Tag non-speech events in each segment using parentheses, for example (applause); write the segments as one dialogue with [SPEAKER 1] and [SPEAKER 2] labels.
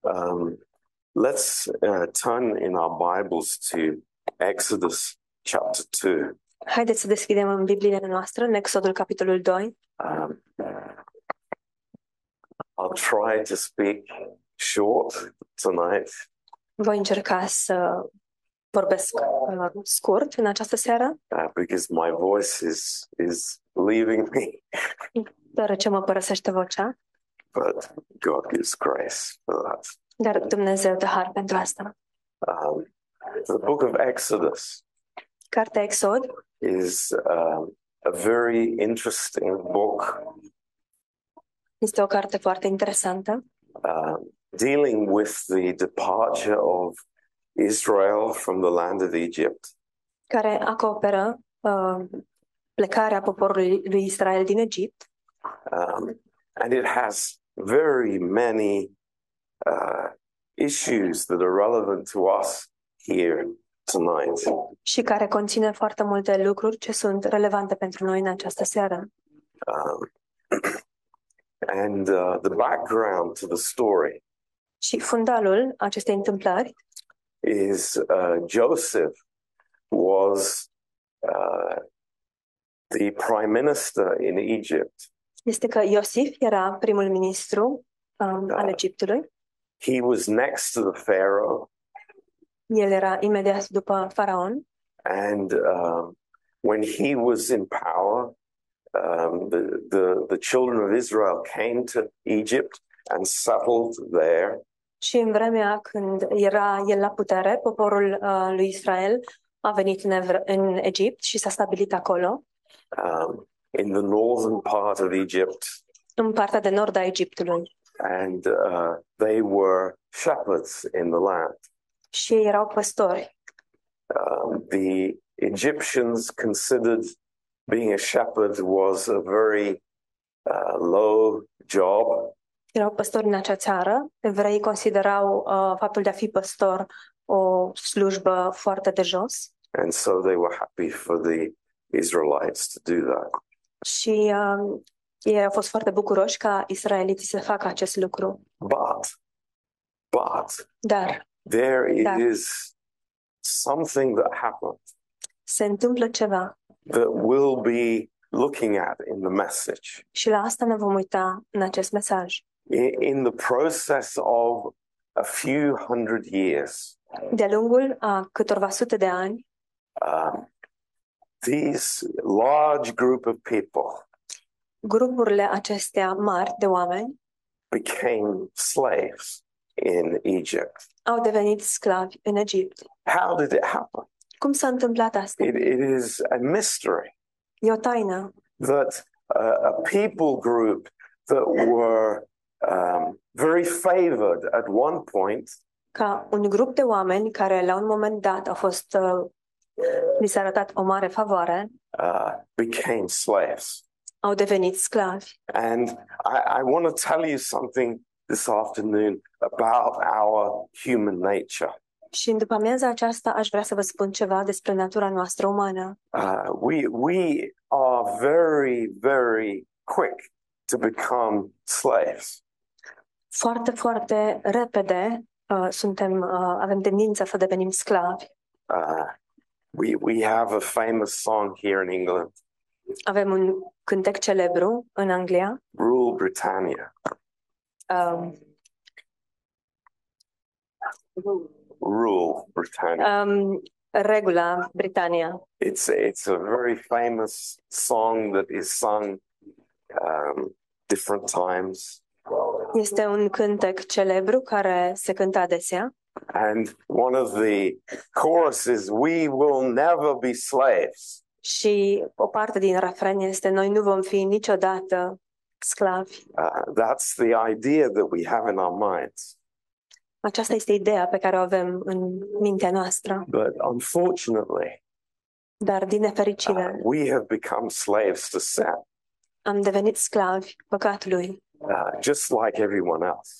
[SPEAKER 1] Um, Let's uh, turn in our Bibles to Exodus chapter 2.
[SPEAKER 2] Haideți să deschidem în Bibliile noastre, în Exodul, capitolul 2.
[SPEAKER 1] Um, I'll try to speak short tonight.
[SPEAKER 2] Voi încerca să vorbesc uh, scurt în această seară,
[SPEAKER 1] uh, because my voice is is leaving me, (laughs)
[SPEAKER 2] deoarece mă părăsește vocea,
[SPEAKER 1] but God gives grace for that.
[SPEAKER 2] dar Dumnezeu de har pentru asta.
[SPEAKER 1] Um, the book of Exodus
[SPEAKER 2] Cartea Exod
[SPEAKER 1] is um, a very interesting book
[SPEAKER 2] este o carte foarte interesantă,
[SPEAKER 1] um, dealing with the departure of Israel from the land of Egypt.
[SPEAKER 2] care acoperă uh, plecarea poporului lui Israel din Egipt
[SPEAKER 1] Um, and it has very many uh, issues that are relevant to us here tonight.
[SPEAKER 2] și care conține foarte multe lucruri ce sunt relevante pentru noi în această seară.
[SPEAKER 1] Um, (clears throat) and uh, the background to the story
[SPEAKER 2] Și fundalul acestei întâmplări
[SPEAKER 1] is uh, Joseph was uh, the prime minister in Egypt.
[SPEAKER 2] este că Iosif era primul ministru um, al Egiptului.
[SPEAKER 1] He was next to the Pharaoh,
[SPEAKER 2] El era imediat după faraon
[SPEAKER 1] and um, when he was in power, um, the, the the children of Israel came to Egypt and settled there.
[SPEAKER 2] și în vremea când era el la putere, poporul uh, lui Israel a venit în, Evr- în Egipt și s-a stabilit acolo,
[SPEAKER 1] um, in the northern part of Egypt,
[SPEAKER 2] în partea de nord a Egiptului.
[SPEAKER 1] and uh, they were shepherds in the land.
[SPEAKER 2] Și ei erau păstori.
[SPEAKER 1] Um, the Egyptians considered being a shepherd was a very uh, low job.
[SPEAKER 2] Erau păstori în acea țară. Evreii considerau uh, faptul de a fi păstor o slujbă foarte de jos
[SPEAKER 1] And so they were happy for the Israelites to do that.
[SPEAKER 2] și uh, ei au fost foarte bucuroși ca israeliții să facă acest lucru.
[SPEAKER 1] But, but
[SPEAKER 2] Dar
[SPEAKER 1] there is
[SPEAKER 2] Yeah.
[SPEAKER 1] something that happened
[SPEAKER 2] se întâmplă ceva
[SPEAKER 1] that we'll be looking at in the message.
[SPEAKER 2] și la asta ne vom uita în acest mesaj.
[SPEAKER 1] i- in the process of a few hundred years,
[SPEAKER 2] De-a lungul a câtorva sute de ani,
[SPEAKER 1] um, these large group of people
[SPEAKER 2] grupurile acestea mari de oameni
[SPEAKER 1] became slaves in Egypt.
[SPEAKER 2] au devenit sclavi în Egipt.
[SPEAKER 1] How did it happen?
[SPEAKER 2] Cum s-a întâmplat asta?
[SPEAKER 1] It, it is a mystery
[SPEAKER 2] E o taină.
[SPEAKER 1] that uh, a people group that were um, very favored at one point
[SPEAKER 2] Ca un grup de oameni care la un moment dat au fost, uh, li s-a arătat o mare favoare,
[SPEAKER 1] uh, became slaves.
[SPEAKER 2] au devenit sclavi.
[SPEAKER 1] And I, I want to tell you something this afternoon about our human nature.
[SPEAKER 2] Și în după amiaza aceasta aș vrea să vă spun ceva despre natura noastră umană.
[SPEAKER 1] Uh, we, we are very, very quick to become slaves.
[SPEAKER 2] Foarte, foarte repede uh, suntem, uh, avem tendința să devenim sclavi.
[SPEAKER 1] Uh, we, we have a famous song here in England,
[SPEAKER 2] Avem un cântec celebru în Anglia,
[SPEAKER 1] Rule Britannia.
[SPEAKER 2] um,
[SPEAKER 1] Rule Britannia.
[SPEAKER 2] um, regula Britania.
[SPEAKER 1] It's, it's a very famous song that is sung um, different times.
[SPEAKER 2] Este un cântec celebru care se cântă adesea
[SPEAKER 1] And one of the choruses, we will never be slaves.
[SPEAKER 2] și o parte din refren este Noi nu vom fi niciodată sclavi.
[SPEAKER 1] Uh, that's the idea that we have in our minds.
[SPEAKER 2] Aceasta este ideea pe care o avem în mintea noastră,
[SPEAKER 1] But unfortunately,
[SPEAKER 2] dar din
[SPEAKER 1] uh,
[SPEAKER 2] nefericire
[SPEAKER 1] we have become slaves to sin,
[SPEAKER 2] am devenit sclavi păcatului,
[SPEAKER 1] uh, just like everyone else.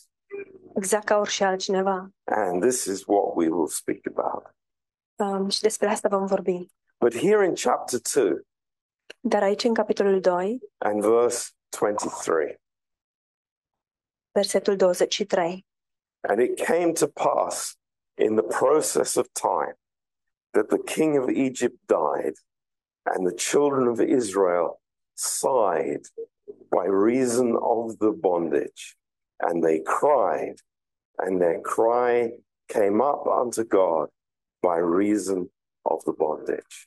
[SPEAKER 2] exact ca orice altcineva.
[SPEAKER 1] And this is what we will speak about.
[SPEAKER 2] Um, și despre asta vom vorbi.
[SPEAKER 1] But here in chapter 2
[SPEAKER 2] Dar aici, în capitolul 2,
[SPEAKER 1] and verse 23,
[SPEAKER 2] versetul 23,
[SPEAKER 1] And it came to pass in the process of time that the king of Egypt died, and the children of Israel sighed by reason of the bondage, and they cried, and their cry came up unto God by reason of the bondage.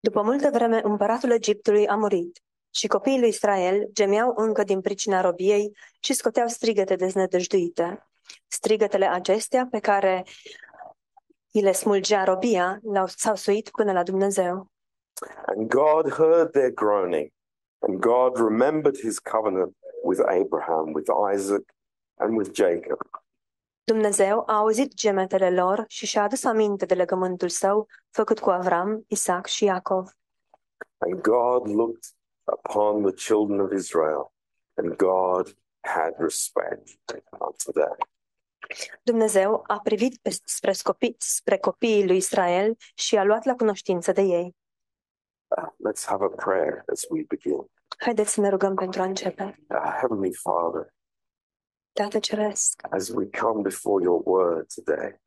[SPEAKER 2] După multă vreme, împăratul Egiptului a murit și copiii lui Israel gemeau încă din pricina robiei și scoteau strigăte deznădăjduite. Strigătele acestea pe care i le smulgea robia l-au, s-au suit până la Dumnezeu.
[SPEAKER 1] And God heard their groaning, and God remembered his covenant with Abraham, with Isaac, and with Jacob.
[SPEAKER 2] Dumnezeu a auzit gemetele lor și și-a adus aminte de legământul său făcut cu Avram, Isaac și Iacov.
[SPEAKER 1] And God looked upon the children of Israel, and God had respect unto them.
[SPEAKER 2] Dumnezeu a privit pe- spre, scopi, spre copiii lui Israel și a luat la cunoștință de ei.
[SPEAKER 1] Uh, let's have a prayer as we begin.
[SPEAKER 2] Haideți să ne rugăm pentru a începe.
[SPEAKER 1] Uh, Heavenly Father,
[SPEAKER 2] Tată Ceresc,
[SPEAKER 1] as we come before your word today,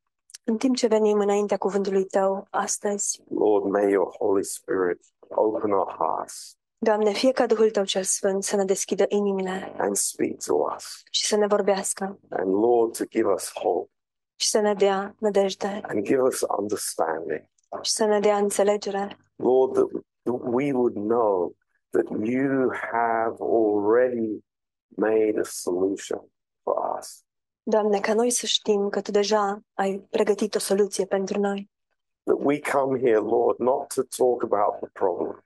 [SPEAKER 2] în timp ce venim înaintea cuvântului Tău astăzi,
[SPEAKER 1] Lord, may your Holy Spirit open our hearts
[SPEAKER 2] Doamne, fie ca Duhul Tău cel Sfânt să ne deschidă inimile
[SPEAKER 1] and speak to us.
[SPEAKER 2] și să ne vorbească
[SPEAKER 1] And Lord, to give us hope
[SPEAKER 2] și să ne dea nădejde
[SPEAKER 1] and give us understanding.
[SPEAKER 2] și să ne dea înțelegere.
[SPEAKER 1] Lord, that that we would know that you have already made a solution for us.
[SPEAKER 2] Doamne, ca noi să știm că Tu deja ai pregătit o soluție pentru noi.
[SPEAKER 1] That we come here, Lord, not to talk about the problem,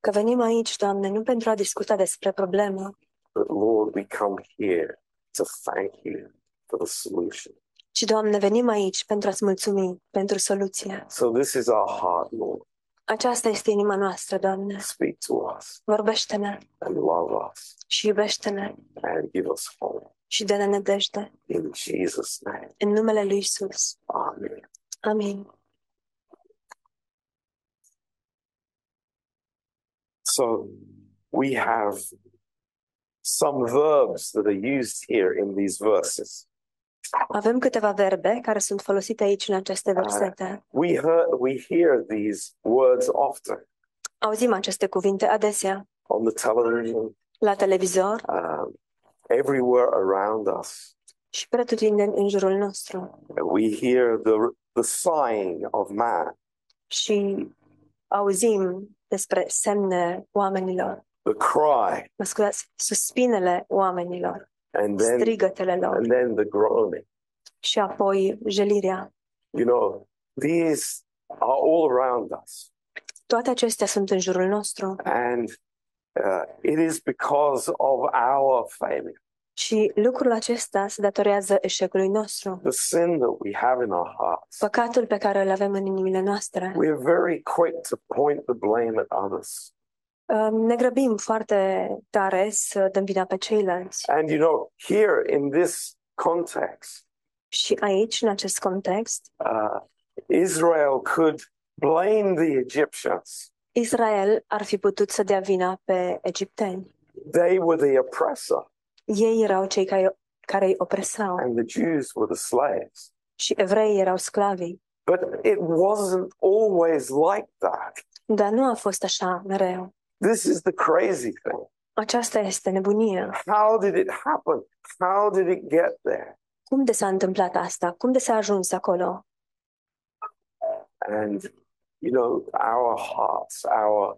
[SPEAKER 2] Că venim aici, Doamne, nu pentru a discuta despre problemă,
[SPEAKER 1] but Lord, we come here to thank you for the solution.
[SPEAKER 2] ci, Doamne, venim aici pentru a-ți mulțumi pentru soluție.
[SPEAKER 1] So this is our heart, Lord.
[SPEAKER 2] Aceasta este inima noastră, Doamne.
[SPEAKER 1] Speak to us
[SPEAKER 2] Vorbește-ne
[SPEAKER 1] and love us
[SPEAKER 2] și iubește-ne
[SPEAKER 1] and give us hope.
[SPEAKER 2] și dă-ne nădejde.
[SPEAKER 1] In Jesus' name,
[SPEAKER 2] În numele Lui Isus.
[SPEAKER 1] Amen.
[SPEAKER 2] Amin.
[SPEAKER 1] So we have some verbs that are used here in these verses.
[SPEAKER 2] Avem câteva verbe care sunt folosite aici în aceste versete.
[SPEAKER 1] We hear, we hear these words often
[SPEAKER 2] Auzim aceste cuvinte adesea
[SPEAKER 1] on the television,
[SPEAKER 2] la televizor
[SPEAKER 1] um, everywhere around us.
[SPEAKER 2] și pretutindeni în jurul nostru.
[SPEAKER 1] We hear the the sighing of man,
[SPEAKER 2] Și auzim despre semne oamenilor,
[SPEAKER 1] the cry,
[SPEAKER 2] mă scuzați, suspinele oamenilor,
[SPEAKER 1] and then
[SPEAKER 2] strigătele lor
[SPEAKER 1] and then the groaning.
[SPEAKER 2] și apoi jelirea.
[SPEAKER 1] You know, these are all around us,
[SPEAKER 2] Toate acestea sunt în jurul nostru
[SPEAKER 1] and uh, it is because of our failure.
[SPEAKER 2] și lucrul acesta se datorează eșecului nostru,
[SPEAKER 1] the sin that we have in our hearts.
[SPEAKER 2] păcatul pe care îl avem în inimile noastre.
[SPEAKER 1] We're very quick to point the blame at others.
[SPEAKER 2] Uh, Ne grăbim foarte tare să dăm vina pe ceilalți.
[SPEAKER 1] And you know, here in this context,
[SPEAKER 2] Și aici, în acest context,
[SPEAKER 1] uh, Israel could blame the Egyptians.
[SPEAKER 2] Israel ar fi putut să dea vina pe egipteni.
[SPEAKER 1] They were the oppressor,
[SPEAKER 2] Ei erau cei care, care îi opresau
[SPEAKER 1] and the Jews were the slaves.
[SPEAKER 2] și evreii erau sclavii.
[SPEAKER 1] But it wasn't always like that.
[SPEAKER 2] Dar nu a fost așa mereu.
[SPEAKER 1] This is the crazy thing.
[SPEAKER 2] Aceasta este nebunia.
[SPEAKER 1] How did it happen? How did it get there?
[SPEAKER 2] Cum de s-a întâmplat asta? Cum de s-a ajuns acolo?
[SPEAKER 1] And, you know, our hearts, our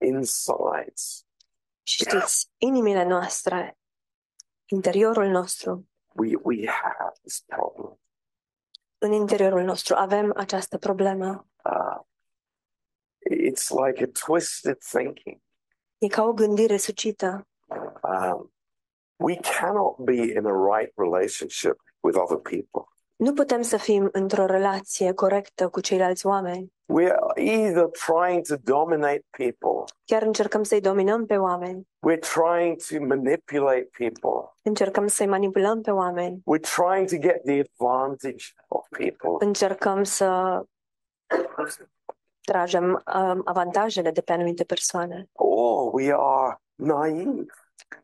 [SPEAKER 1] insides,
[SPEAKER 2] Și știți, inimile noastre, interiorul nostru,
[SPEAKER 1] we we have this problem.
[SPEAKER 2] în interiorul nostru avem această problemă.
[SPEAKER 1] Uh, it's like a twisted thinking.
[SPEAKER 2] E ca o gândire sucită.
[SPEAKER 1] Um, we cannot be in a right relationship with other people.
[SPEAKER 2] Nu putem să fim într-o relație corectă cu ceilalți oameni.
[SPEAKER 1] We're either trying to dominate people,
[SPEAKER 2] Chiar încercăm să-i dominăm pe oameni,
[SPEAKER 1] we're trying to manipulate people,
[SPEAKER 2] încercăm să-i manipulăm pe oameni,
[SPEAKER 1] we're trying to get the advantage of people.
[SPEAKER 2] încercăm să tragem um, avantajele de pe anumite persoane.
[SPEAKER 1] Or we are naive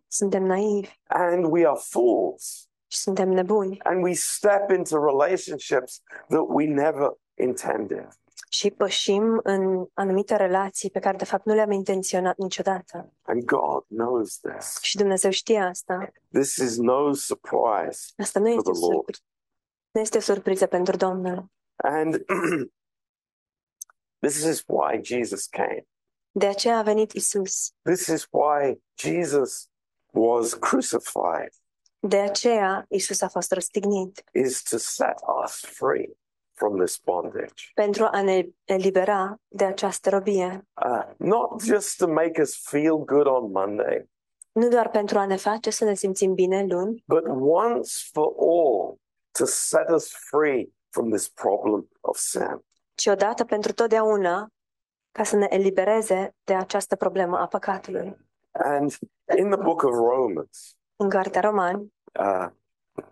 [SPEAKER 2] Suntem naivi
[SPEAKER 1] and we are fools.
[SPEAKER 2] și suntem nebuni
[SPEAKER 1] and we step into relationships that we never intended.
[SPEAKER 2] și pășim în anumite relații pe care de fapt nu le-am intenționat niciodată.
[SPEAKER 1] And God knows this.
[SPEAKER 2] Și Dumnezeu știe asta.
[SPEAKER 1] This is no surprise.
[SPEAKER 2] Asta nu este,
[SPEAKER 1] the Lord.
[SPEAKER 2] surpri- nu este o surpriză pentru Domnul.
[SPEAKER 1] And (clears throat) this is why Jesus came.
[SPEAKER 2] De aceea a venit Isus.
[SPEAKER 1] This is why Jesus was crucified,
[SPEAKER 2] De aceea Isus a fost răstignit
[SPEAKER 1] is to set us free from this bondage.
[SPEAKER 2] pentru a ne elibera de această robie.
[SPEAKER 1] Uh, not just to make us feel good on Monday,
[SPEAKER 2] Nu doar pentru a ne face să ne simțim bine luni,
[SPEAKER 1] but once for all to set us free from this problem of sin.
[SPEAKER 2] ci odată pentru totdeauna ca să ne elibereze de această problemă a păcatului.
[SPEAKER 1] And in the book of Romans,
[SPEAKER 2] În Cartea Romani,
[SPEAKER 1] uh,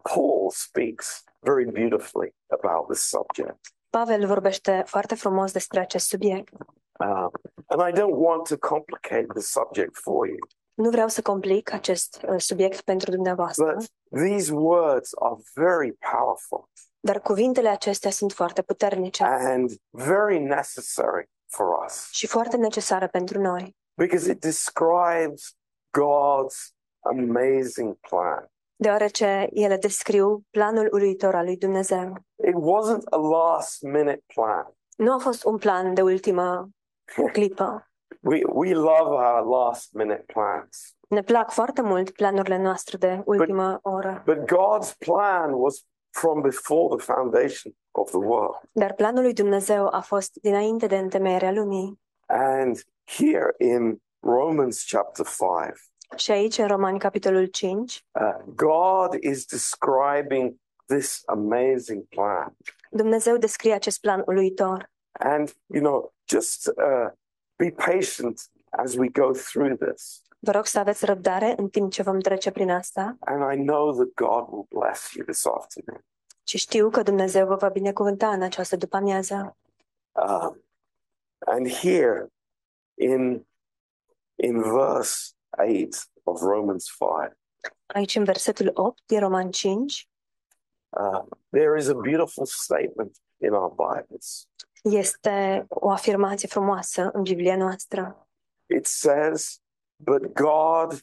[SPEAKER 1] Paul speaks very beautifully about this subject.
[SPEAKER 2] Pavel vorbește foarte frumos despre acest subiect.
[SPEAKER 1] Uh, and I don't want to complicate the subject for you,
[SPEAKER 2] Nu vreau să complic acest uh, subiect pentru dumneavoastră,
[SPEAKER 1] but these words are very powerful
[SPEAKER 2] dar cuvintele acestea sunt foarte puternice
[SPEAKER 1] and very necessary for us
[SPEAKER 2] și foarte necesare pentru noi,
[SPEAKER 1] because it describes God's amazing plan.
[SPEAKER 2] deoarece ele descriu planul uluitor al lui Dumnezeu.
[SPEAKER 1] It wasn't a last minute plan.
[SPEAKER 2] Nu a fost un plan de ultimă clipă.
[SPEAKER 1] We, we love our last minute plans,
[SPEAKER 2] Ne plac foarte mult planurile noastre de ultimă oră,
[SPEAKER 1] but God's plan was from before the foundation of the world.
[SPEAKER 2] dar planul lui Dumnezeu a fost dinainte de întemeierea lumii.
[SPEAKER 1] And here in Romans chapter 5,
[SPEAKER 2] Și aici, în Romani, capitolul 5,
[SPEAKER 1] uh, God is describing this amazing plan.
[SPEAKER 2] Dumnezeu descrie acest plan uluitor.
[SPEAKER 1] And, you know, just uh, be patient as we go through this.
[SPEAKER 2] Vă rog să aveți răbdare în timp ce vom trece prin asta
[SPEAKER 1] And I know that God will bless you this afternoon.
[SPEAKER 2] și știu că Dumnezeu vă va binecuvânta în această după-amiază.
[SPEAKER 1] Um, and here in, in verse 8 of Romans 5,
[SPEAKER 2] Aici, în versetul 8 din Roman 5,
[SPEAKER 1] uh, there is a beautiful statement in our Bibles.
[SPEAKER 2] este o afirmație frumoasă în Biblia noastră.
[SPEAKER 1] it says, but God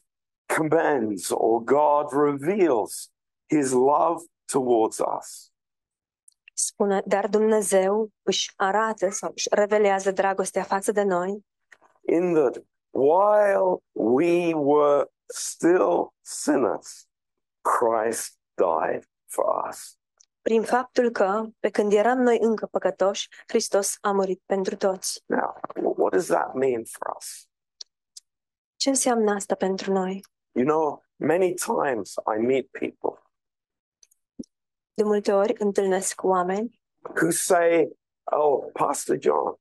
[SPEAKER 1] commends or God reveals his love towards us
[SPEAKER 2] Spune, dar Dumnezeu își arată sau își revelează dragostea față de noi,
[SPEAKER 1] in that while we were still sinners, Christ died for us.
[SPEAKER 2] prin faptul că, pe când eram noi încă păcătoși, Hristos a murit pentru toți.
[SPEAKER 1] Now, what does that mean for us?
[SPEAKER 2] Ce înseamnă asta pentru noi?
[SPEAKER 1] You know, many times I meet people
[SPEAKER 2] De multe ori întâlnesc oameni
[SPEAKER 1] who say, Oh, Pastor John,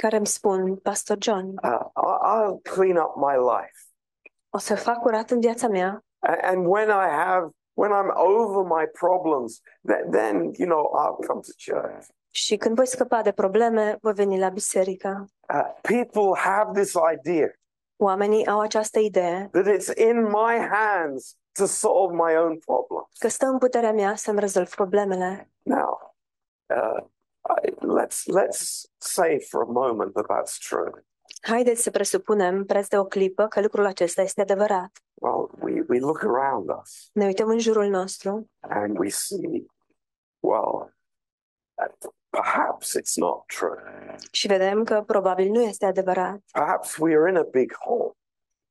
[SPEAKER 2] care îmi spun, Pastor John,
[SPEAKER 1] uh, I- I'll clean up my life.
[SPEAKER 2] o să fac curat în viața mea
[SPEAKER 1] A- And when I have, when I'm over my problems, th- then, you know, I'll come to church.
[SPEAKER 2] și când voi scăpa de probleme, voi veni la biserică.
[SPEAKER 1] Uh, people have this idea
[SPEAKER 2] Oamenii au această idee
[SPEAKER 1] that it's in my hands to solve my own problems.
[SPEAKER 2] că stă în puterea mea să-mi rezolv problemele.
[SPEAKER 1] Now, uh, I, let's let's say for a moment that that's true.
[SPEAKER 2] Haideți să presupunem, preț de o clipă, că lucrul acesta este adevărat.
[SPEAKER 1] Well, we, we look around us
[SPEAKER 2] Ne uităm în jurul nostru
[SPEAKER 1] and we see, well, uh, perhaps it's not true.
[SPEAKER 2] și vedem că probabil nu este adevărat.
[SPEAKER 1] Perhaps we are in a big hole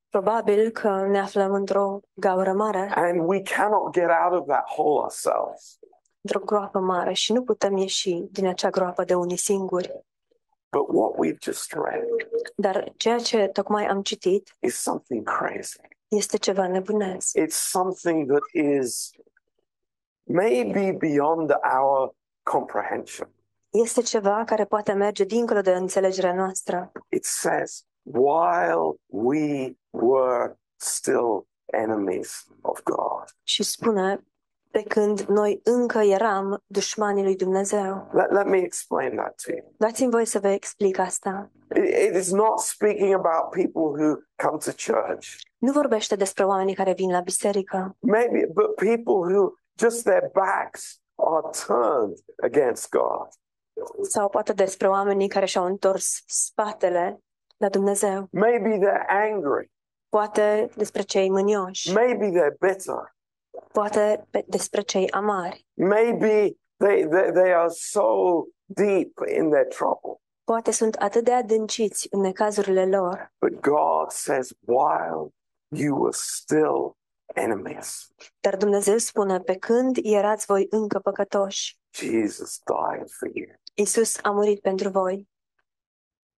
[SPEAKER 2] Probabil că ne aflăm într-o gaură mare,
[SPEAKER 1] and we cannot get out of that hole ourselves.
[SPEAKER 2] într-o groapă mare și nu putem ieși din acea groapă de unii singuri.
[SPEAKER 1] But what we've just read
[SPEAKER 2] Dar ceea ce tocmai am citit
[SPEAKER 1] is something crazy.
[SPEAKER 2] este ceva nebunesc.
[SPEAKER 1] It's something that is maybe beyond our comprehension.
[SPEAKER 2] Este ceva care poate merge dincolo de înțelegerea noastră.
[SPEAKER 1] It says, while we were still enemies of God.
[SPEAKER 2] și spune pe când noi încă eram dușmanii lui Dumnezeu.
[SPEAKER 1] Let, let me explain that to you.
[SPEAKER 2] Dați-mi voie să vă explic asta.
[SPEAKER 1] It- it is not speaking about people who come to church,
[SPEAKER 2] Nu vorbește despre oamenii care vin la biserică,
[SPEAKER 1] maybe, but people who just their backs are turned against God.
[SPEAKER 2] Sau poate despre oamenii care și-au întors spatele la Dumnezeu.
[SPEAKER 1] Maybe they're angry.
[SPEAKER 2] Poate despre cei mânioși.
[SPEAKER 1] Maybe they're bitter.
[SPEAKER 2] Poate pe- despre cei amari.
[SPEAKER 1] Maybe they, they, they are so deep in their trouble.
[SPEAKER 2] Poate sunt atât de adânciți în necazurile lor.
[SPEAKER 1] But God says, while you were still enemies,
[SPEAKER 2] Dar Dumnezeu spune, pe când erați voi încă păcătoși,
[SPEAKER 1] Jesus died for you.
[SPEAKER 2] Isus a murit pentru voi.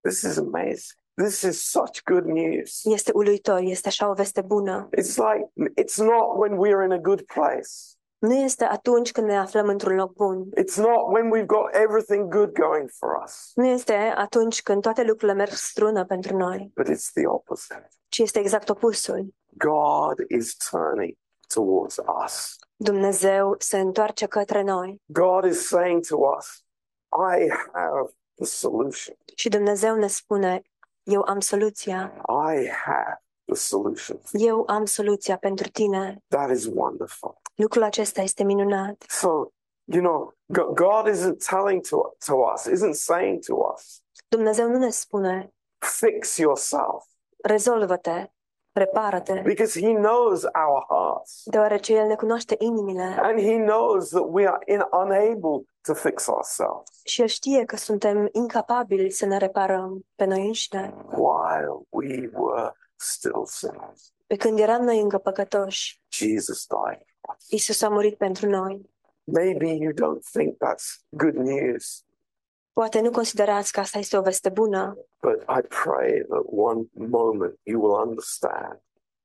[SPEAKER 1] This is amazing. This is such good news.
[SPEAKER 2] Este uluitor, este așa o veste bună.
[SPEAKER 1] It's like, it's not when we're in a good place.
[SPEAKER 2] Nu este atunci când ne aflăm într-un loc bun.
[SPEAKER 1] It's not when we've got everything good going for us,
[SPEAKER 2] Nu este atunci când toate lucrurile merg strună pentru noi,
[SPEAKER 1] but it's the opposite.
[SPEAKER 2] ci este exact opusul.
[SPEAKER 1] God is turning towards us.
[SPEAKER 2] Dumnezeu se întoarce către noi
[SPEAKER 1] God is saying to us, I have the solution.
[SPEAKER 2] și Dumnezeu ne spune, eu am soluția,
[SPEAKER 1] I have the solution.
[SPEAKER 2] eu am soluția pentru tine.
[SPEAKER 1] That is wonderful.
[SPEAKER 2] Lucrul acesta este minunat.
[SPEAKER 1] So, you know, G- God isn't telling to, to us, isn't saying to us,
[SPEAKER 2] Dumnezeu nu ne spune,
[SPEAKER 1] fix yourself,
[SPEAKER 2] rezolvă-te, repară-te,
[SPEAKER 1] because He knows our hearts.
[SPEAKER 2] deoarece El ne cunoaște inimile
[SPEAKER 1] And He knows that we are in, unable to fix ourselves
[SPEAKER 2] și El știe că suntem incapabili să ne reparăm pe noi înșine.
[SPEAKER 1] while we were still sinners.
[SPEAKER 2] Pe când eram noi încă păcătoși,
[SPEAKER 1] Jesus died. for us.
[SPEAKER 2] Isus a murit pentru noi.
[SPEAKER 1] Maybe you don't think that's good news,
[SPEAKER 2] Poate nu considerați că asta este o veste bună,
[SPEAKER 1] but I pray that one moment you will understand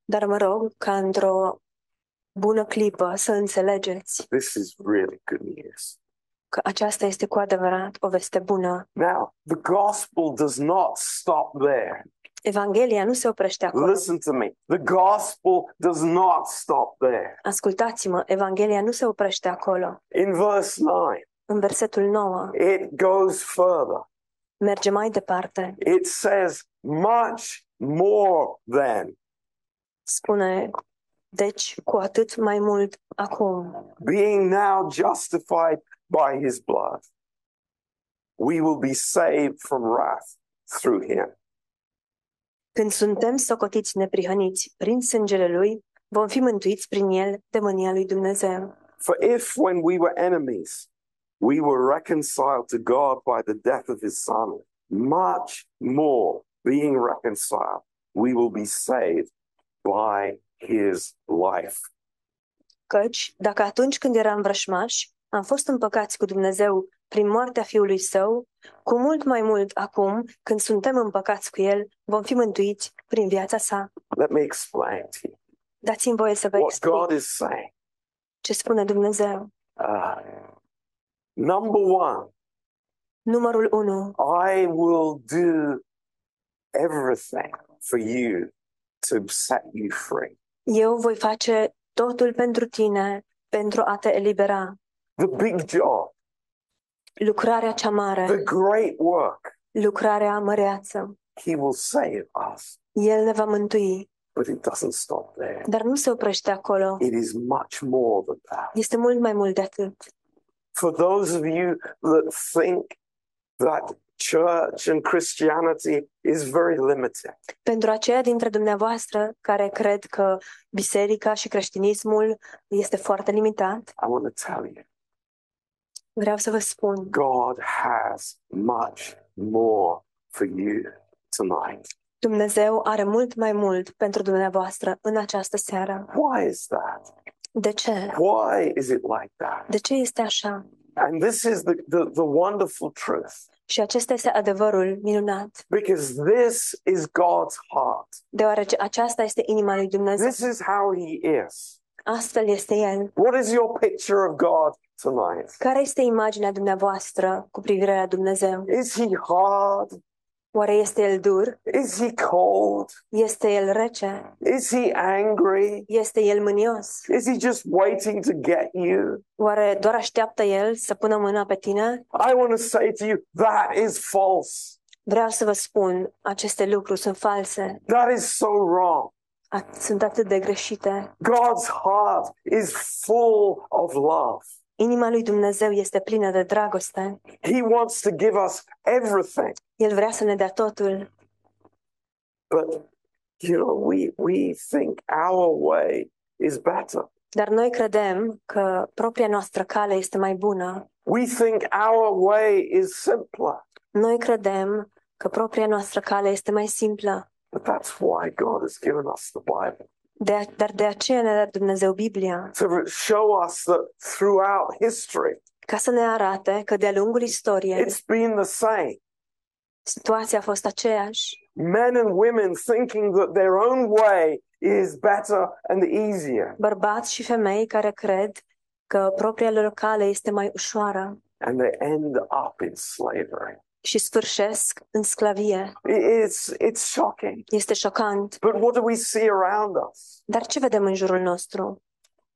[SPEAKER 2] Dar mă rog ca într-o bună clipă să înțelegeți
[SPEAKER 1] this is really good news.
[SPEAKER 2] că aceasta este cu adevărat o veste bună.
[SPEAKER 1] Now, the gospel does not stop there.
[SPEAKER 2] Evanghelia nu se oprește acolo.
[SPEAKER 1] Listen to me. The gospel does not stop there.
[SPEAKER 2] Ascultați-mă, Evanghelia nu se oprește acolo.
[SPEAKER 1] In verse 9,
[SPEAKER 2] În versetul 9
[SPEAKER 1] it goes further.
[SPEAKER 2] merge mai departe.
[SPEAKER 1] It says, much more than
[SPEAKER 2] Spune, deci cu atât mai mult acum,
[SPEAKER 1] being now justified by his blood, we will be saved from wrath through him.
[SPEAKER 2] când suntem socotiți neprihăniți prin sângele Lui, vom fi mântuiți prin El de mânia Lui Dumnezeu.
[SPEAKER 1] For if when we were enemies, we were reconciled to God by the death of his son, much more being reconciled, we will be saved by his life.
[SPEAKER 2] Căci, dacă atunci când eram vrășmași, am fost împăcați cu Dumnezeu prin moartea Fiului Său, cu mult mai mult acum, când suntem împăcați cu El, vom fi mântuiți prin viața Sa.
[SPEAKER 1] Let me explain to you
[SPEAKER 2] Dați-mi voie să vă
[SPEAKER 1] what
[SPEAKER 2] explic
[SPEAKER 1] Oh, God is saying.
[SPEAKER 2] ce spune Dumnezeu.
[SPEAKER 1] Uh, number one,
[SPEAKER 2] Numărul 1.
[SPEAKER 1] I will do everything for you to set you free.
[SPEAKER 2] Eu voi face totul pentru tine, pentru a te elibera.
[SPEAKER 1] The big job,
[SPEAKER 2] Lucrarea cea
[SPEAKER 1] the
[SPEAKER 2] mare,
[SPEAKER 1] great work,
[SPEAKER 2] lucrarea măreață.
[SPEAKER 1] he will save us.
[SPEAKER 2] El ne va mântui,
[SPEAKER 1] But it doesn't stop there.
[SPEAKER 2] dar nu se oprește acolo.
[SPEAKER 1] It is much more than that.
[SPEAKER 2] Este mult mai mult de atât.
[SPEAKER 1] For those of you that think that church and Christianity is very limited,
[SPEAKER 2] Pentru aceia dintre dumneavoastră care cred că biserica și creștinismul este foarte limitat,
[SPEAKER 1] I want to tell you,
[SPEAKER 2] vreau să vă spun,
[SPEAKER 1] God has much more for you tonight.
[SPEAKER 2] Dumnezeu are mult mai mult pentru dumneavoastră în această seară.
[SPEAKER 1] Why is that?
[SPEAKER 2] De ce?
[SPEAKER 1] Why is it like that?
[SPEAKER 2] De ce este așa?
[SPEAKER 1] And this is the, the, the wonderful truth,
[SPEAKER 2] Și acesta este adevărul minunat,
[SPEAKER 1] because this is God's heart.
[SPEAKER 2] deoarece aceasta este inima lui Dumnezeu.
[SPEAKER 1] This is how He is.
[SPEAKER 2] Astfel este El.
[SPEAKER 1] What is your picture of God tonight?
[SPEAKER 2] Care este imaginea dumneavoastră cu privire la Dumnezeu?
[SPEAKER 1] Is He hard?
[SPEAKER 2] Oare este El dur?
[SPEAKER 1] Is he cold?
[SPEAKER 2] Este El rece?
[SPEAKER 1] Is he angry?
[SPEAKER 2] Este El mânios?
[SPEAKER 1] Is he just waiting to get you?
[SPEAKER 2] Oare doar așteaptă El să pună mâna pe tine?
[SPEAKER 1] I want to say to you, that is false.
[SPEAKER 2] Vreau să vă spun, aceste lucruri sunt false.
[SPEAKER 1] That is so wrong.
[SPEAKER 2] a- sunt atât de greșite.
[SPEAKER 1] God's heart is full of love.
[SPEAKER 2] Inima lui Dumnezeu este plină de dragoste.
[SPEAKER 1] He wants to give us everything.
[SPEAKER 2] El vrea să ne dea totul,
[SPEAKER 1] But you know, we we think our way is better.
[SPEAKER 2] dar noi credem că propria noastră cale este mai bună.
[SPEAKER 1] We think our way is simpler.
[SPEAKER 2] Noi credem că propria noastră cale este mai simplă.
[SPEAKER 1] But that's why God has given us the Bible
[SPEAKER 2] De a- dar de aceea ne-a dat Dumnezeu Biblia,
[SPEAKER 1] to show us that throughout history
[SPEAKER 2] ca să ne arate că de-a lungul istoriei
[SPEAKER 1] it's been the same.
[SPEAKER 2] situația a fost aceeași.
[SPEAKER 1] Men and women thinking that their own way is better and easier,
[SPEAKER 2] Bărbați și femei care cred că propria lor cale este mai ușoară
[SPEAKER 1] and they end up in slavery.
[SPEAKER 2] și sfârșesc în sclavie.
[SPEAKER 1] It's it's shocking.
[SPEAKER 2] Este șocant.
[SPEAKER 1] But what do we see around us?
[SPEAKER 2] Dar ce vedem în jurul nostru?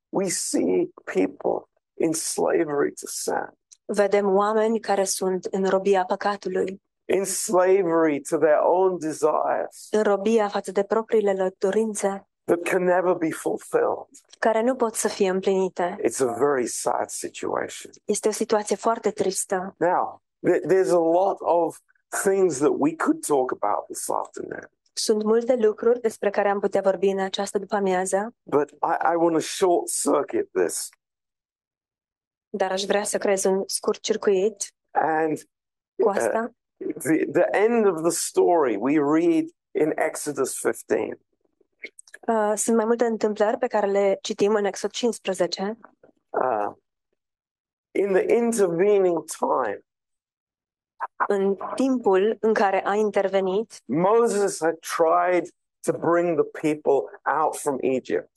[SPEAKER 1] We see people in slavery to sin.
[SPEAKER 2] Vedem oameni care sunt în robia păcatului,
[SPEAKER 1] in slavery to their own desires
[SPEAKER 2] în robia față de propriile lor dorințe,
[SPEAKER 1] that can never be fulfilled.
[SPEAKER 2] care nu pot să fie împlinite.
[SPEAKER 1] It's a very sad situation.
[SPEAKER 2] Este o situație foarte tristă.
[SPEAKER 1] Now, th- there's a lot of things that we could talk about this afternoon,
[SPEAKER 2] Sunt multe lucruri despre care am putea vorbi în această după-amiază,
[SPEAKER 1] but I, I want to short circuit this
[SPEAKER 2] dar aș vrea să creez un scurt circuit
[SPEAKER 1] and
[SPEAKER 2] cu asta.
[SPEAKER 1] the, the end of the story we read in Exodus 15.
[SPEAKER 2] Uh, Sunt mai multe întâmplări pe care le citim în Exod 15.
[SPEAKER 1] Uh, in the intervening time,
[SPEAKER 2] În timpul în care a intervenit,
[SPEAKER 1] Moses had tried to bring the people out from Egypt.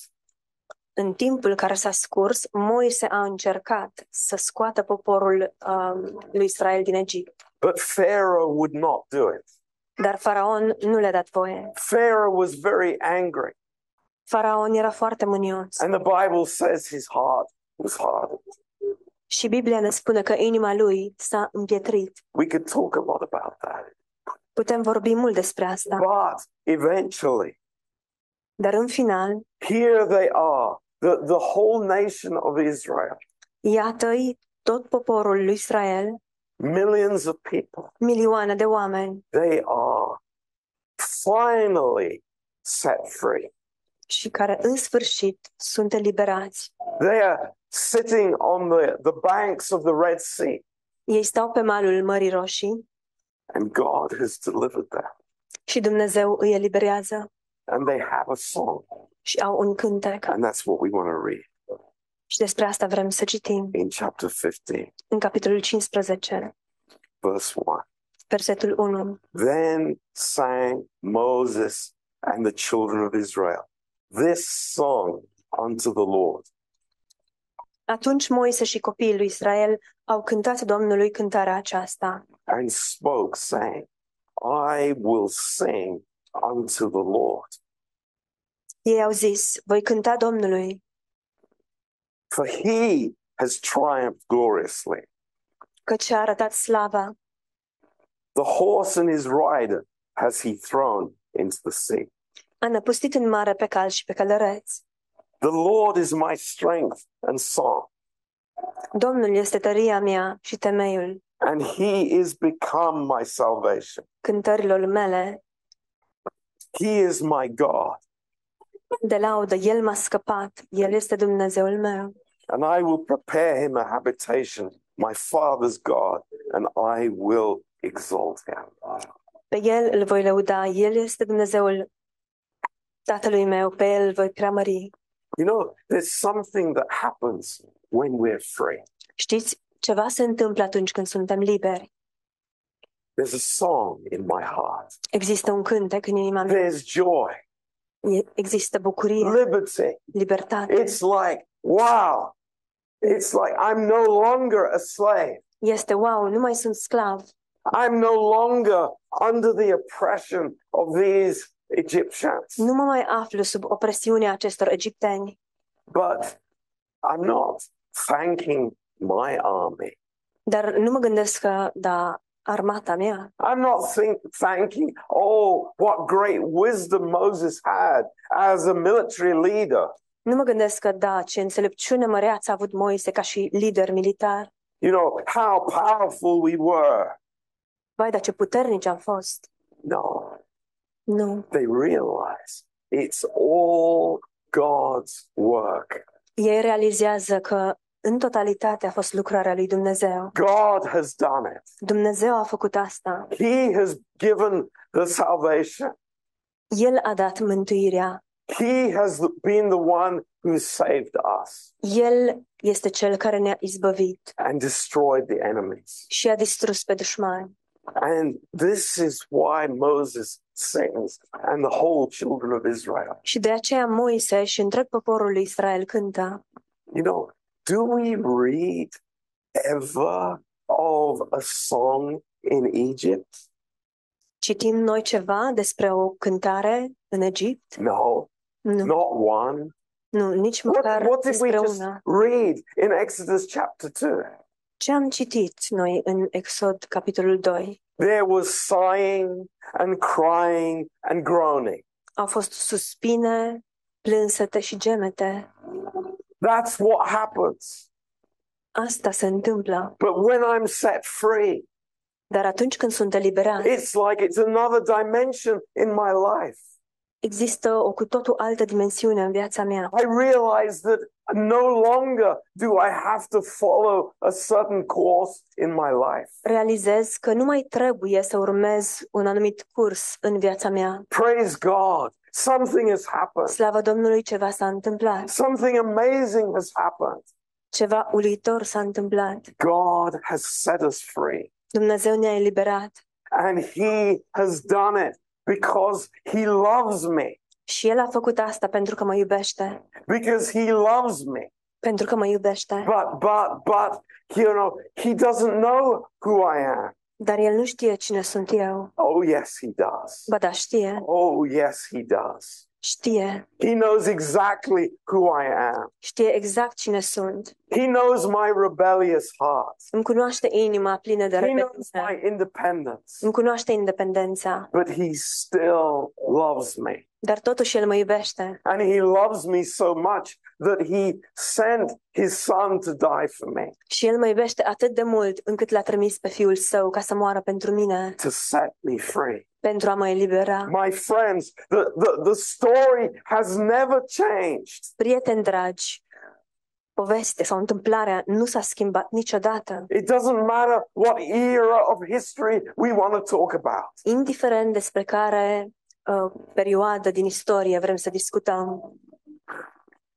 [SPEAKER 2] în timpul care s-a scurs, Moise a încercat să scoată poporul um, lui Israel din Egipt,
[SPEAKER 1] But Pharaoh would not do it.
[SPEAKER 2] dar faraon nu le-a dat voie.
[SPEAKER 1] Pharaoh was very angry,
[SPEAKER 2] Faraon era foarte mânios
[SPEAKER 1] and the Bible says his heart was hardened.
[SPEAKER 2] și Biblia ne spune că inima lui s-a împietrit.
[SPEAKER 1] We could talk a lot about that.
[SPEAKER 2] Putem vorbi mult despre asta,
[SPEAKER 1] But eventually,
[SPEAKER 2] dar în final,
[SPEAKER 1] here they are, the, the whole nation of Israel,
[SPEAKER 2] iată-i tot poporul lui Israel,
[SPEAKER 1] millions of people,
[SPEAKER 2] milioane de oameni,
[SPEAKER 1] they are finally set free.
[SPEAKER 2] și care în sfârșit sunt eliberați.
[SPEAKER 1] They are sitting on the, the banks of the Red Sea,
[SPEAKER 2] Ei stau pe malul Mării Roșii
[SPEAKER 1] and God has delivered them.
[SPEAKER 2] și Dumnezeu îi eliberează
[SPEAKER 1] And they have a song,
[SPEAKER 2] și au un cântec.
[SPEAKER 1] and that's what we want to read.
[SPEAKER 2] Și despre asta vrem să citim
[SPEAKER 1] in chapter 15,
[SPEAKER 2] în capitolul 15,
[SPEAKER 1] verse 1.
[SPEAKER 2] versetul 1.
[SPEAKER 1] Then sang Moses and the children of Israel this song unto the Lord
[SPEAKER 2] Atunci Moise și copiii lui Israel au cântat Domnului cântarea aceasta
[SPEAKER 1] and spoke, saying, I will sing unto the Lord,
[SPEAKER 2] Ei au zis, voi cânta Domnului,
[SPEAKER 1] for he has triumphed gloriously.
[SPEAKER 2] căci a arătat slava.
[SPEAKER 1] The horse and his rider has he thrown into the sea.
[SPEAKER 2] A năpustit în mare pe cal și pe călăreți.
[SPEAKER 1] The Lord is my strength and song,
[SPEAKER 2] Domnul este tăria mea și temeiul
[SPEAKER 1] and he is become my salvation.
[SPEAKER 2] cântărilor mele.
[SPEAKER 1] He is my God.
[SPEAKER 2] De laudă, El m-a scăpat, El este Dumnezeul meu.
[SPEAKER 1] and I will prepare him a habitation, my father's God, and I will exalt him.
[SPEAKER 2] Pe El îl voi lăuda, El este Dumnezeul Tatălui meu, pe El îl voi preamări.
[SPEAKER 1] You know, there's something that happens when we're free.
[SPEAKER 2] Știți, ceva se întâmplă atunci când suntem liberi.
[SPEAKER 1] There's a song in my heart.
[SPEAKER 2] Există un cântec în inima mea,
[SPEAKER 1] There's joy,
[SPEAKER 2] E- există bucurie,
[SPEAKER 1] liberty.
[SPEAKER 2] libertate.
[SPEAKER 1] It's like, wow. It's like I'm no longer a slave.
[SPEAKER 2] Este wow, nu mai sunt sclav,
[SPEAKER 1] I'm no longer under the oppression of these Egyptians.
[SPEAKER 2] nu mă mai aflu sub opresiunea acestor egipteni,
[SPEAKER 1] But I'm not thanking my army.
[SPEAKER 2] dar nu mă gândesc că, da, armata mea.
[SPEAKER 1] I'm not think, thanking, oh, what great wisdom Moses had as a military leader.
[SPEAKER 2] Nu mă gândesc că da, ce înțelepciune măreață a avut Moise ca și lider militar.
[SPEAKER 1] You know, how powerful we were.
[SPEAKER 2] Vai, dar ce puternici am fost.
[SPEAKER 1] No,
[SPEAKER 2] Nu.
[SPEAKER 1] they realize it's all God's work.
[SPEAKER 2] Ei realizează că în totalitate a fost lucrarea lui Dumnezeu.
[SPEAKER 1] God has done it.
[SPEAKER 2] Dumnezeu a făcut asta.
[SPEAKER 1] He has given the salvation.
[SPEAKER 2] El a dat mântuirea.
[SPEAKER 1] He has been the one who saved us
[SPEAKER 2] El este cel care ne-a izbăvit
[SPEAKER 1] and destroyed the enemies.
[SPEAKER 2] și a distrus pe dușmani.
[SPEAKER 1] And this is why Moses sings and the whole children of Israel.
[SPEAKER 2] Și de aceea Moise și întreg poporul lui Israel cântă.
[SPEAKER 1] You know, do we read ever of a song in Egypt?
[SPEAKER 2] Citim noi ceva despre o cântare în Egipt?
[SPEAKER 1] No,
[SPEAKER 2] Nu,
[SPEAKER 1] not one.
[SPEAKER 2] nu nici
[SPEAKER 1] What,
[SPEAKER 2] măcar
[SPEAKER 1] what did we
[SPEAKER 2] despre
[SPEAKER 1] just
[SPEAKER 2] una.
[SPEAKER 1] read in Exodus chapter 2?
[SPEAKER 2] Ce am citit noi în Exod, capitolul 2?
[SPEAKER 1] There was sighing and crying and groaning.
[SPEAKER 2] Au fost suspine, plânsete și gemete.
[SPEAKER 1] That's what happens.
[SPEAKER 2] Asta se întâmplă.
[SPEAKER 1] But when I'm set free,
[SPEAKER 2] Dar atunci când sunt eliberat,
[SPEAKER 1] it's like it's another dimension in my life.
[SPEAKER 2] există o cu totul altă dimensiune în viața mea.
[SPEAKER 1] I realize that no longer do I have to follow a certain course in my life.
[SPEAKER 2] Realizez că nu mai trebuie să urmez un anumit curs în viața mea.
[SPEAKER 1] Praise God. Something has happened.
[SPEAKER 2] Slavă Domnului, ceva s-a întâmplat.
[SPEAKER 1] Something amazing has happened.
[SPEAKER 2] Ceva uluitor s-a întâmplat.
[SPEAKER 1] God has set us free
[SPEAKER 2] Dumnezeu ne-a eliberat
[SPEAKER 1] and He has done it because He loves me,
[SPEAKER 2] și El a făcut asta pentru că mă iubește.
[SPEAKER 1] because He loves me.
[SPEAKER 2] Pentru că mă iubește.
[SPEAKER 1] But, but, but, you know, He doesn't know who I am.
[SPEAKER 2] Dar El nu știe cine sunt eu.
[SPEAKER 1] Oh, yes, He does.
[SPEAKER 2] Ba da, știe.
[SPEAKER 1] Oh, yes, He does.
[SPEAKER 2] Știe.
[SPEAKER 1] He knows exactly who I am.
[SPEAKER 2] Știe exact cine sunt.
[SPEAKER 1] He knows my rebellious heart.
[SPEAKER 2] Îmi cunoaște inima plină de
[SPEAKER 1] He knows my
[SPEAKER 2] repetiție.
[SPEAKER 1] independence.
[SPEAKER 2] Îmi cunoaște independența.
[SPEAKER 1] But he still loves me.
[SPEAKER 2] Dar totuși El mă iubește.
[SPEAKER 1] And he loves me so much that he sent his son to die for me,
[SPEAKER 2] Și El mă iubește atât de mult încât l-a trimis pe Fiul Său ca să moară pentru mine,
[SPEAKER 1] to set me free.
[SPEAKER 2] pentru a mă elibera.
[SPEAKER 1] My friends, the, the, the story has never changed.
[SPEAKER 2] Prieteni dragi, povestea sau întâmplarea nu s-a schimbat niciodată.
[SPEAKER 1] It doesn't matter what era of history we want to talk about.
[SPEAKER 2] Indiferent despre care uh, perioadă din istorie vrem să discutăm,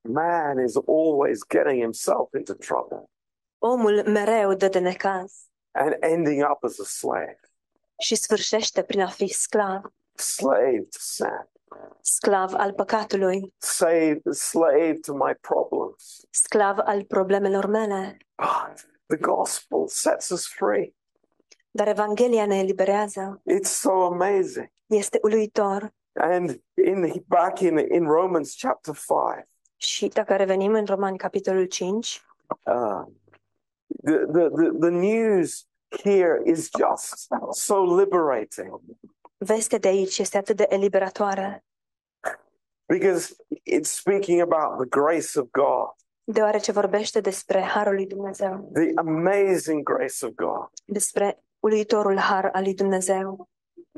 [SPEAKER 1] Man is always getting himself into trouble
[SPEAKER 2] omul mereu dă de necaz
[SPEAKER 1] and ending up as a slave.
[SPEAKER 2] și sfârșește prin a fi sclav,
[SPEAKER 1] slave to sin,
[SPEAKER 2] sclav al păcatului,
[SPEAKER 1] slave, slave to my problems.
[SPEAKER 2] sclav al problemelor mele.
[SPEAKER 1] But the gospel sets us free.
[SPEAKER 2] Dar Evanghelia ne eliberează.
[SPEAKER 1] It's so amazing.
[SPEAKER 2] Este uluitor.
[SPEAKER 1] And in back in, in Romans chapter five,
[SPEAKER 2] Și dacă revenim în Romani, capitolul 5,
[SPEAKER 1] uh, the, the, the, the news here is just so liberating
[SPEAKER 2] vestea de aici este atât de eliberatoare,
[SPEAKER 1] because it's speaking about the grace of God,
[SPEAKER 2] deoarece vorbește despre harul lui Dumnezeu,
[SPEAKER 1] the amazing grace of God.
[SPEAKER 2] despre uluitorul har al lui Dumnezeu.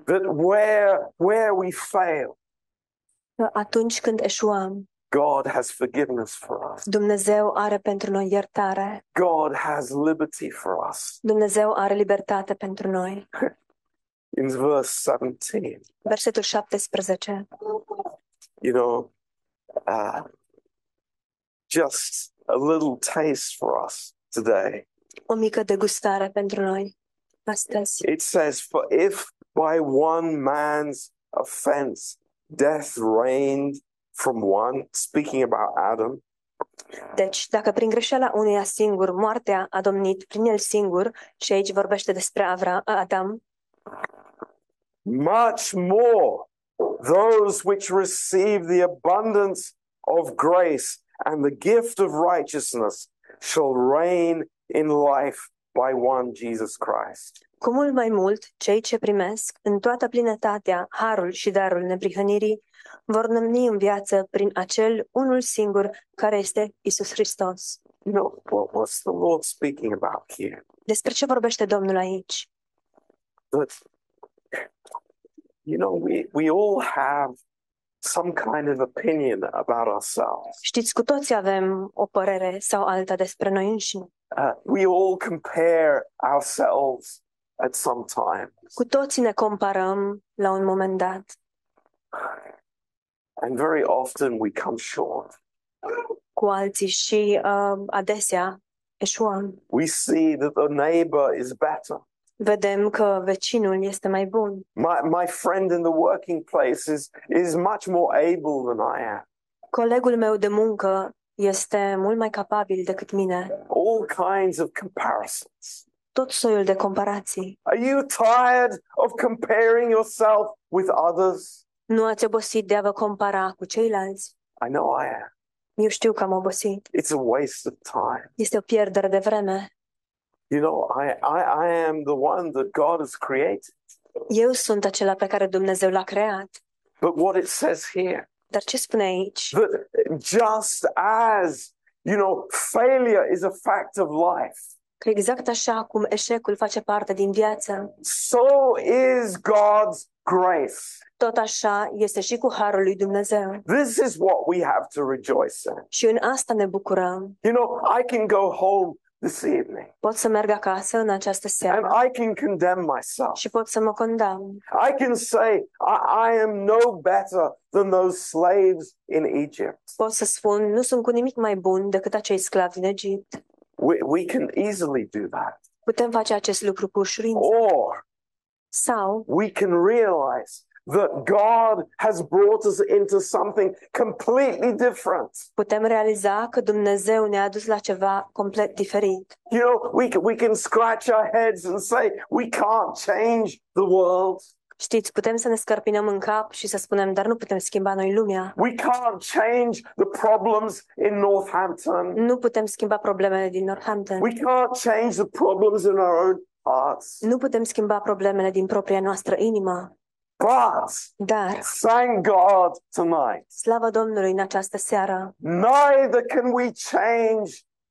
[SPEAKER 1] That where where we fail,
[SPEAKER 2] Că Atunci când eșuăm,
[SPEAKER 1] God has forgiveness for us.
[SPEAKER 2] Dumnezeu are pentru noi iertare,
[SPEAKER 1] God has liberty for us.
[SPEAKER 2] Dumnezeu are libertate pentru noi.
[SPEAKER 1] In verse 17,
[SPEAKER 2] Versetul 17.
[SPEAKER 1] you know, uh, just a little taste for us today.
[SPEAKER 2] O mică degustare pentru noi. Astăzi,
[SPEAKER 1] It says, For if by one man's offense death reigned from one, speaking about Adam,
[SPEAKER 2] deci, dacă prin greșeala uneia singur moartea a domnit prin el singur, și aici vorbește despre Avra, Adam,
[SPEAKER 1] much more those which receive the abundance of grace and the gift of righteousness shall reign in life by one Jesus Christ.
[SPEAKER 2] Cu mult mai mult, cei ce primesc în toată plinătatea harul și darul neprihănirii vor nămni în viață prin acel unul singur care este Isus Hristos.
[SPEAKER 1] You know, what, what's the Lord speaking about here?
[SPEAKER 2] Despre ce vorbește Domnul aici?
[SPEAKER 1] That, you know, we, we all have some kind of opinion about ourselves.
[SPEAKER 2] Știți, cu toți avem o părere sau alta despre noi înșine.
[SPEAKER 1] Uh, we all compare ourselves at some time.
[SPEAKER 2] Cu toții ne comparăm la un moment dat
[SPEAKER 1] And very often we come short.
[SPEAKER 2] cu alții și uh, adesea eșuăm.
[SPEAKER 1] We see that the neighbor is better.
[SPEAKER 2] Vedem că vecinul este mai bun.
[SPEAKER 1] My, my friend in the working place is, is much more able than I am.
[SPEAKER 2] Colegul meu de muncă este mult mai capabil decât mine.
[SPEAKER 1] All kinds of comparisons.
[SPEAKER 2] Tot soiul de comparații.
[SPEAKER 1] Are you tired of comparing yourself with others?
[SPEAKER 2] Nu ați obosit de a vă compara cu ceilalți?
[SPEAKER 1] I know I am.
[SPEAKER 2] Eu știu că am obosit.
[SPEAKER 1] It's a waste of time.
[SPEAKER 2] Este o pierdere de vreme.
[SPEAKER 1] You know, I, I, I am the one that God has created.
[SPEAKER 2] Eu sunt acela pe care Dumnezeu l-a creat.
[SPEAKER 1] But what it says here,
[SPEAKER 2] Dar ce spune aici?
[SPEAKER 1] that just as, you know, failure is a fact of life,
[SPEAKER 2] Că exact așa cum eșecul face parte din viață,
[SPEAKER 1] so is God's grace.
[SPEAKER 2] tot așa este și cu harul lui Dumnezeu.
[SPEAKER 1] This is what we have to rejoice in.
[SPEAKER 2] Și în asta ne bucurăm.
[SPEAKER 1] You know, I can go home this evening
[SPEAKER 2] Pot să merg acasă în această
[SPEAKER 1] and
[SPEAKER 2] seară
[SPEAKER 1] I can condemn myself.
[SPEAKER 2] și pot să mă condamn.
[SPEAKER 1] I can say, I, I am no better than those slaves in Egypt.
[SPEAKER 2] Pot să spun, nu sunt cu nimic mai bun decât acei sclavi din Egipt.
[SPEAKER 1] We, we can easily do that.
[SPEAKER 2] Putem face acest lucru cu ușurință.
[SPEAKER 1] Or
[SPEAKER 2] Sau
[SPEAKER 1] we can realize that God has brought us into something completely different.
[SPEAKER 2] putem realiza că Dumnezeu ne-a adus la ceva complet diferit.
[SPEAKER 1] You know, we can, we can scratch our heads and say, we can't change the world.
[SPEAKER 2] Știți, putem să ne scărpinăm în cap și să spunem, dar nu putem schimba noi lumea.
[SPEAKER 1] We can't change the problems in Northampton.
[SPEAKER 2] Nu putem schimba problemele din Northampton.
[SPEAKER 1] We can't change the problems in our own hearts.
[SPEAKER 2] Nu putem schimba problemele din propria noastră inimă,
[SPEAKER 1] But
[SPEAKER 2] dar,
[SPEAKER 1] thank God tonight,
[SPEAKER 2] slavă Domnului în această seară,
[SPEAKER 1] neither can we change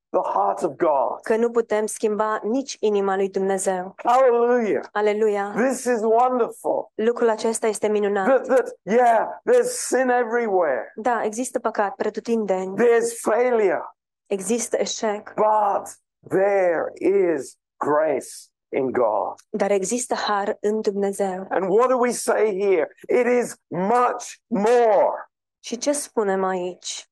[SPEAKER 1] the heart of God.
[SPEAKER 2] că nu putem schimba nici inima lui Dumnezeu.
[SPEAKER 1] Hallelujah.
[SPEAKER 2] Aleluia!
[SPEAKER 1] This is wonderful.
[SPEAKER 2] Lucrul acesta este minunat.
[SPEAKER 1] That, that, yeah, there's sin everywhere.
[SPEAKER 2] Da, există păcat pretutindeni,
[SPEAKER 1] There's failure,
[SPEAKER 2] există eșec,
[SPEAKER 1] but there is grace in God.
[SPEAKER 2] dar există har în Dumnezeu.
[SPEAKER 1] And what do we say here? It is much more.
[SPEAKER 2] Și ce spunem aici?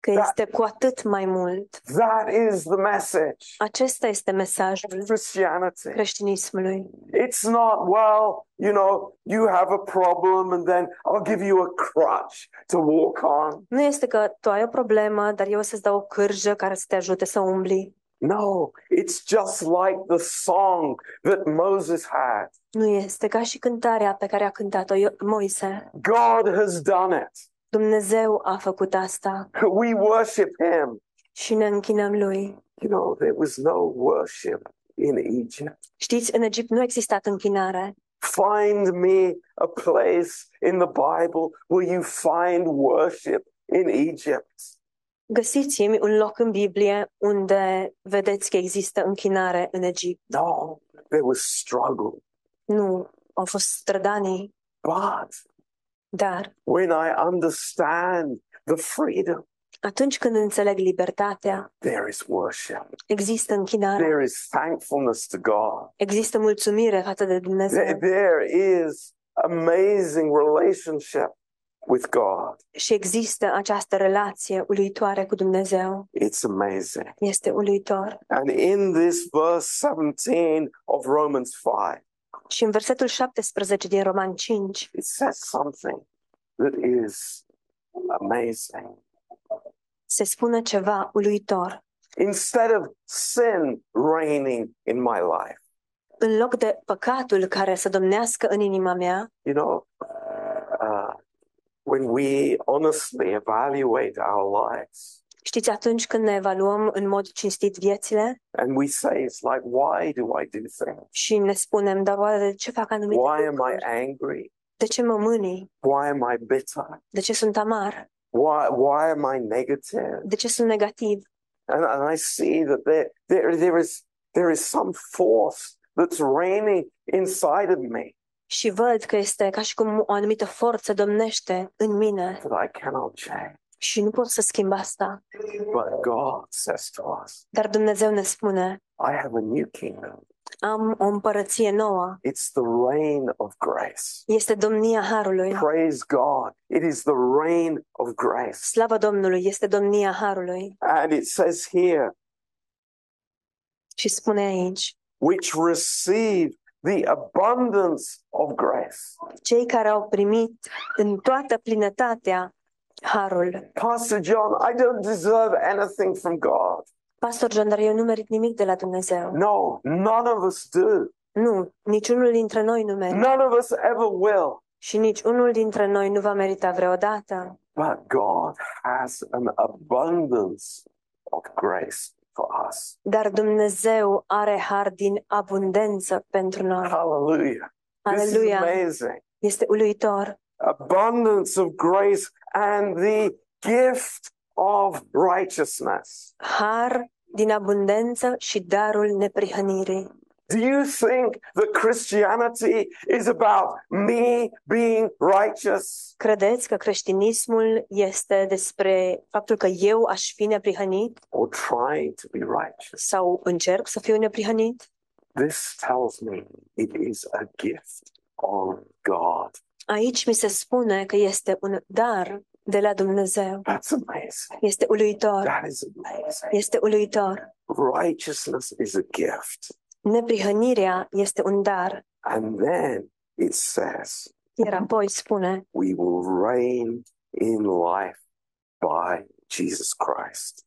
[SPEAKER 2] Că este cu atât mai mult.
[SPEAKER 1] That is the message
[SPEAKER 2] Acesta este mesajul
[SPEAKER 1] of Christianity.
[SPEAKER 2] creștinismului.
[SPEAKER 1] It's not, well, you know, you have a problem and then I'll give you a crutch to walk on.
[SPEAKER 2] Nu este că tu ai o problemă, dar eu o să-ți dau o cârjă care să te ajute să umbli.
[SPEAKER 1] No, it's just like the song that Moses had.
[SPEAKER 2] Nu este ca și cântarea pe care a cântat-o Io- Moise.
[SPEAKER 1] God has done it.
[SPEAKER 2] Dumnezeu a făcut asta
[SPEAKER 1] We worship him.
[SPEAKER 2] și ne închinăm lui.
[SPEAKER 1] You know, there was no worship in Egypt.
[SPEAKER 2] Știți, în Egipt nu a existat închinare.
[SPEAKER 1] Find me a place in the Bible where you find worship in Egypt.
[SPEAKER 2] Găsiți-mi un loc în Biblie unde vedeți că există închinare în Egipt.
[SPEAKER 1] No, there was struggle.
[SPEAKER 2] Nu, au fost strădanii,
[SPEAKER 1] But
[SPEAKER 2] dar
[SPEAKER 1] when I understand the freedom,
[SPEAKER 2] atunci când înțeleg libertatea,
[SPEAKER 1] there is worship.
[SPEAKER 2] există închinare,
[SPEAKER 1] There is thankfulness to God.
[SPEAKER 2] există mulțumire față de
[SPEAKER 1] There,
[SPEAKER 2] Dumnezeu
[SPEAKER 1] there is amazing relationship with God.
[SPEAKER 2] și există această relație uluitoare cu Dumnezeu.
[SPEAKER 1] It's amazing.
[SPEAKER 2] Este uluitor.
[SPEAKER 1] And in this verse 17 of Romans 5,
[SPEAKER 2] Și în versetul 17 din Roman 5
[SPEAKER 1] it says something that is amazing.
[SPEAKER 2] se spune ceva uluitor.
[SPEAKER 1] Instead of sin reigning in my life,
[SPEAKER 2] În loc de păcatul care să domnească în inima mea,
[SPEAKER 1] you know, uh, when we honestly evaluate our lives,
[SPEAKER 2] Știți, atunci când ne evaluăm în mod cinstit viețile
[SPEAKER 1] And we say, it's like, why do I do things?
[SPEAKER 2] și ne spunem, dar oare de ce fac anumite
[SPEAKER 1] Why am I
[SPEAKER 2] lucruri?
[SPEAKER 1] angry?
[SPEAKER 2] De ce mă mânii?
[SPEAKER 1] Why am I bitter?
[SPEAKER 2] De ce sunt amar?
[SPEAKER 1] Why, why am I negative?
[SPEAKER 2] De ce sunt negativ?
[SPEAKER 1] And, and I see that there, there, there, is, there is some force that's reigning inside of me
[SPEAKER 2] Și văd că este ca și cum o anumită forță domnește în mine
[SPEAKER 1] that I cannot change.
[SPEAKER 2] și nu pot să schimb asta.
[SPEAKER 1] But God says to us,
[SPEAKER 2] Dar Dumnezeu ne spune,
[SPEAKER 1] I have a new kingdom.
[SPEAKER 2] am o împărăție nouă.
[SPEAKER 1] It's the reign of grace.
[SPEAKER 2] Este domnia Harului.
[SPEAKER 1] Praise God. It is the reign of grace.
[SPEAKER 2] Slavă Domnului, este domnia Harului.
[SPEAKER 1] And it says here,
[SPEAKER 2] Și spune aici,
[SPEAKER 1] which receive the abundance of grace.
[SPEAKER 2] cei care au primit în toată plinătatea Harul.
[SPEAKER 1] Pastor John, I don't deserve anything from God.
[SPEAKER 2] Pastor John, dar eu nu merit nimic de la Dumnezeu.
[SPEAKER 1] No, none of us do.
[SPEAKER 2] Nu, niciunul dintre noi nu merită
[SPEAKER 1] None of us ever will.
[SPEAKER 2] și nici unul dintre noi nu va merita vreodată.
[SPEAKER 1] But God has an abundance of grace for us.
[SPEAKER 2] Dar Dumnezeu are har din abundență pentru noi.
[SPEAKER 1] Hallelujah. This is
[SPEAKER 2] Aleluia!
[SPEAKER 1] amazing.
[SPEAKER 2] Este uluitor.
[SPEAKER 1] Abundance of grace and the gift of righteousness.
[SPEAKER 2] Har din abundență și darul neprihănirii.
[SPEAKER 1] Do you think that Christianity is about me being righteous?
[SPEAKER 2] Credeți că creștinismul este despre faptul că eu aș fi neprihănit
[SPEAKER 1] or trying to be righteous.
[SPEAKER 2] sau încerc să fiu neprihănit?
[SPEAKER 1] This tells me it is a gift of God.
[SPEAKER 2] Aici mi se spune că este un dar de la Dumnezeu.
[SPEAKER 1] That's amazing.
[SPEAKER 2] Este uluitor.
[SPEAKER 1] That is amazing.
[SPEAKER 2] Este uluitor.
[SPEAKER 1] Righteousness is a gift.
[SPEAKER 2] Neprihănirea este un dar.
[SPEAKER 1] And then it says,
[SPEAKER 2] Iar apoi spune,
[SPEAKER 1] we will reign in life by Jesus Christ.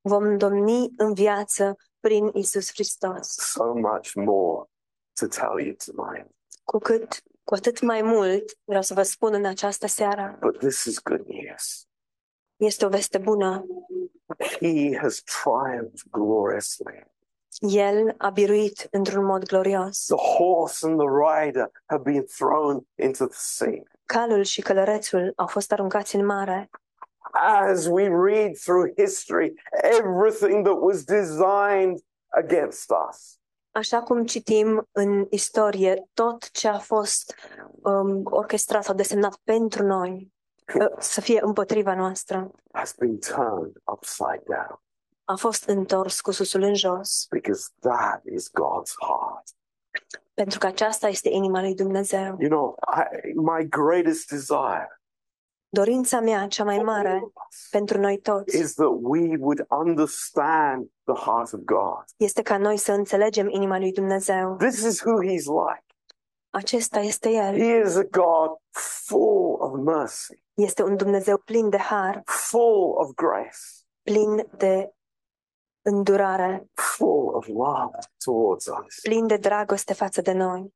[SPEAKER 2] vom domni în viață prin Isus Hristos.
[SPEAKER 1] So much more to tell you tonight.
[SPEAKER 2] Cu cât, cu atât mai mult, vreau să vă spun în această seară,
[SPEAKER 1] But this is good news.
[SPEAKER 2] este o veste bună.
[SPEAKER 1] He has triumphed gloriously.
[SPEAKER 2] El a biruit într-un mod glorios.
[SPEAKER 1] The horse and the rider have been thrown into the sea.
[SPEAKER 2] Calul și călărețul au fost aruncați în mare.
[SPEAKER 1] As we read through history, everything that was designed against us,
[SPEAKER 2] Așa cum citim în istorie, tot ce a fost um, orchestrat sau desemnat pentru noi uh, să fie împotriva noastră,
[SPEAKER 1] has been turned upside down
[SPEAKER 2] a fost întors cu susul în jos,
[SPEAKER 1] because that is God's heart.
[SPEAKER 2] pentru că aceasta este inima lui Dumnezeu.
[SPEAKER 1] You know, I, my greatest desire
[SPEAKER 2] Dorința mea cea mai mare pentru noi toți
[SPEAKER 1] is that we would understand the heart of God.
[SPEAKER 2] este ca noi să înțelegem inima lui Dumnezeu.
[SPEAKER 1] This is who He's like.
[SPEAKER 2] Acesta este El.
[SPEAKER 1] He is a God full of mercy,
[SPEAKER 2] Este un Dumnezeu plin de har,
[SPEAKER 1] full of grace.
[SPEAKER 2] plin de îndurare,
[SPEAKER 1] full of love towards us.
[SPEAKER 2] plin de dragoste față de noi.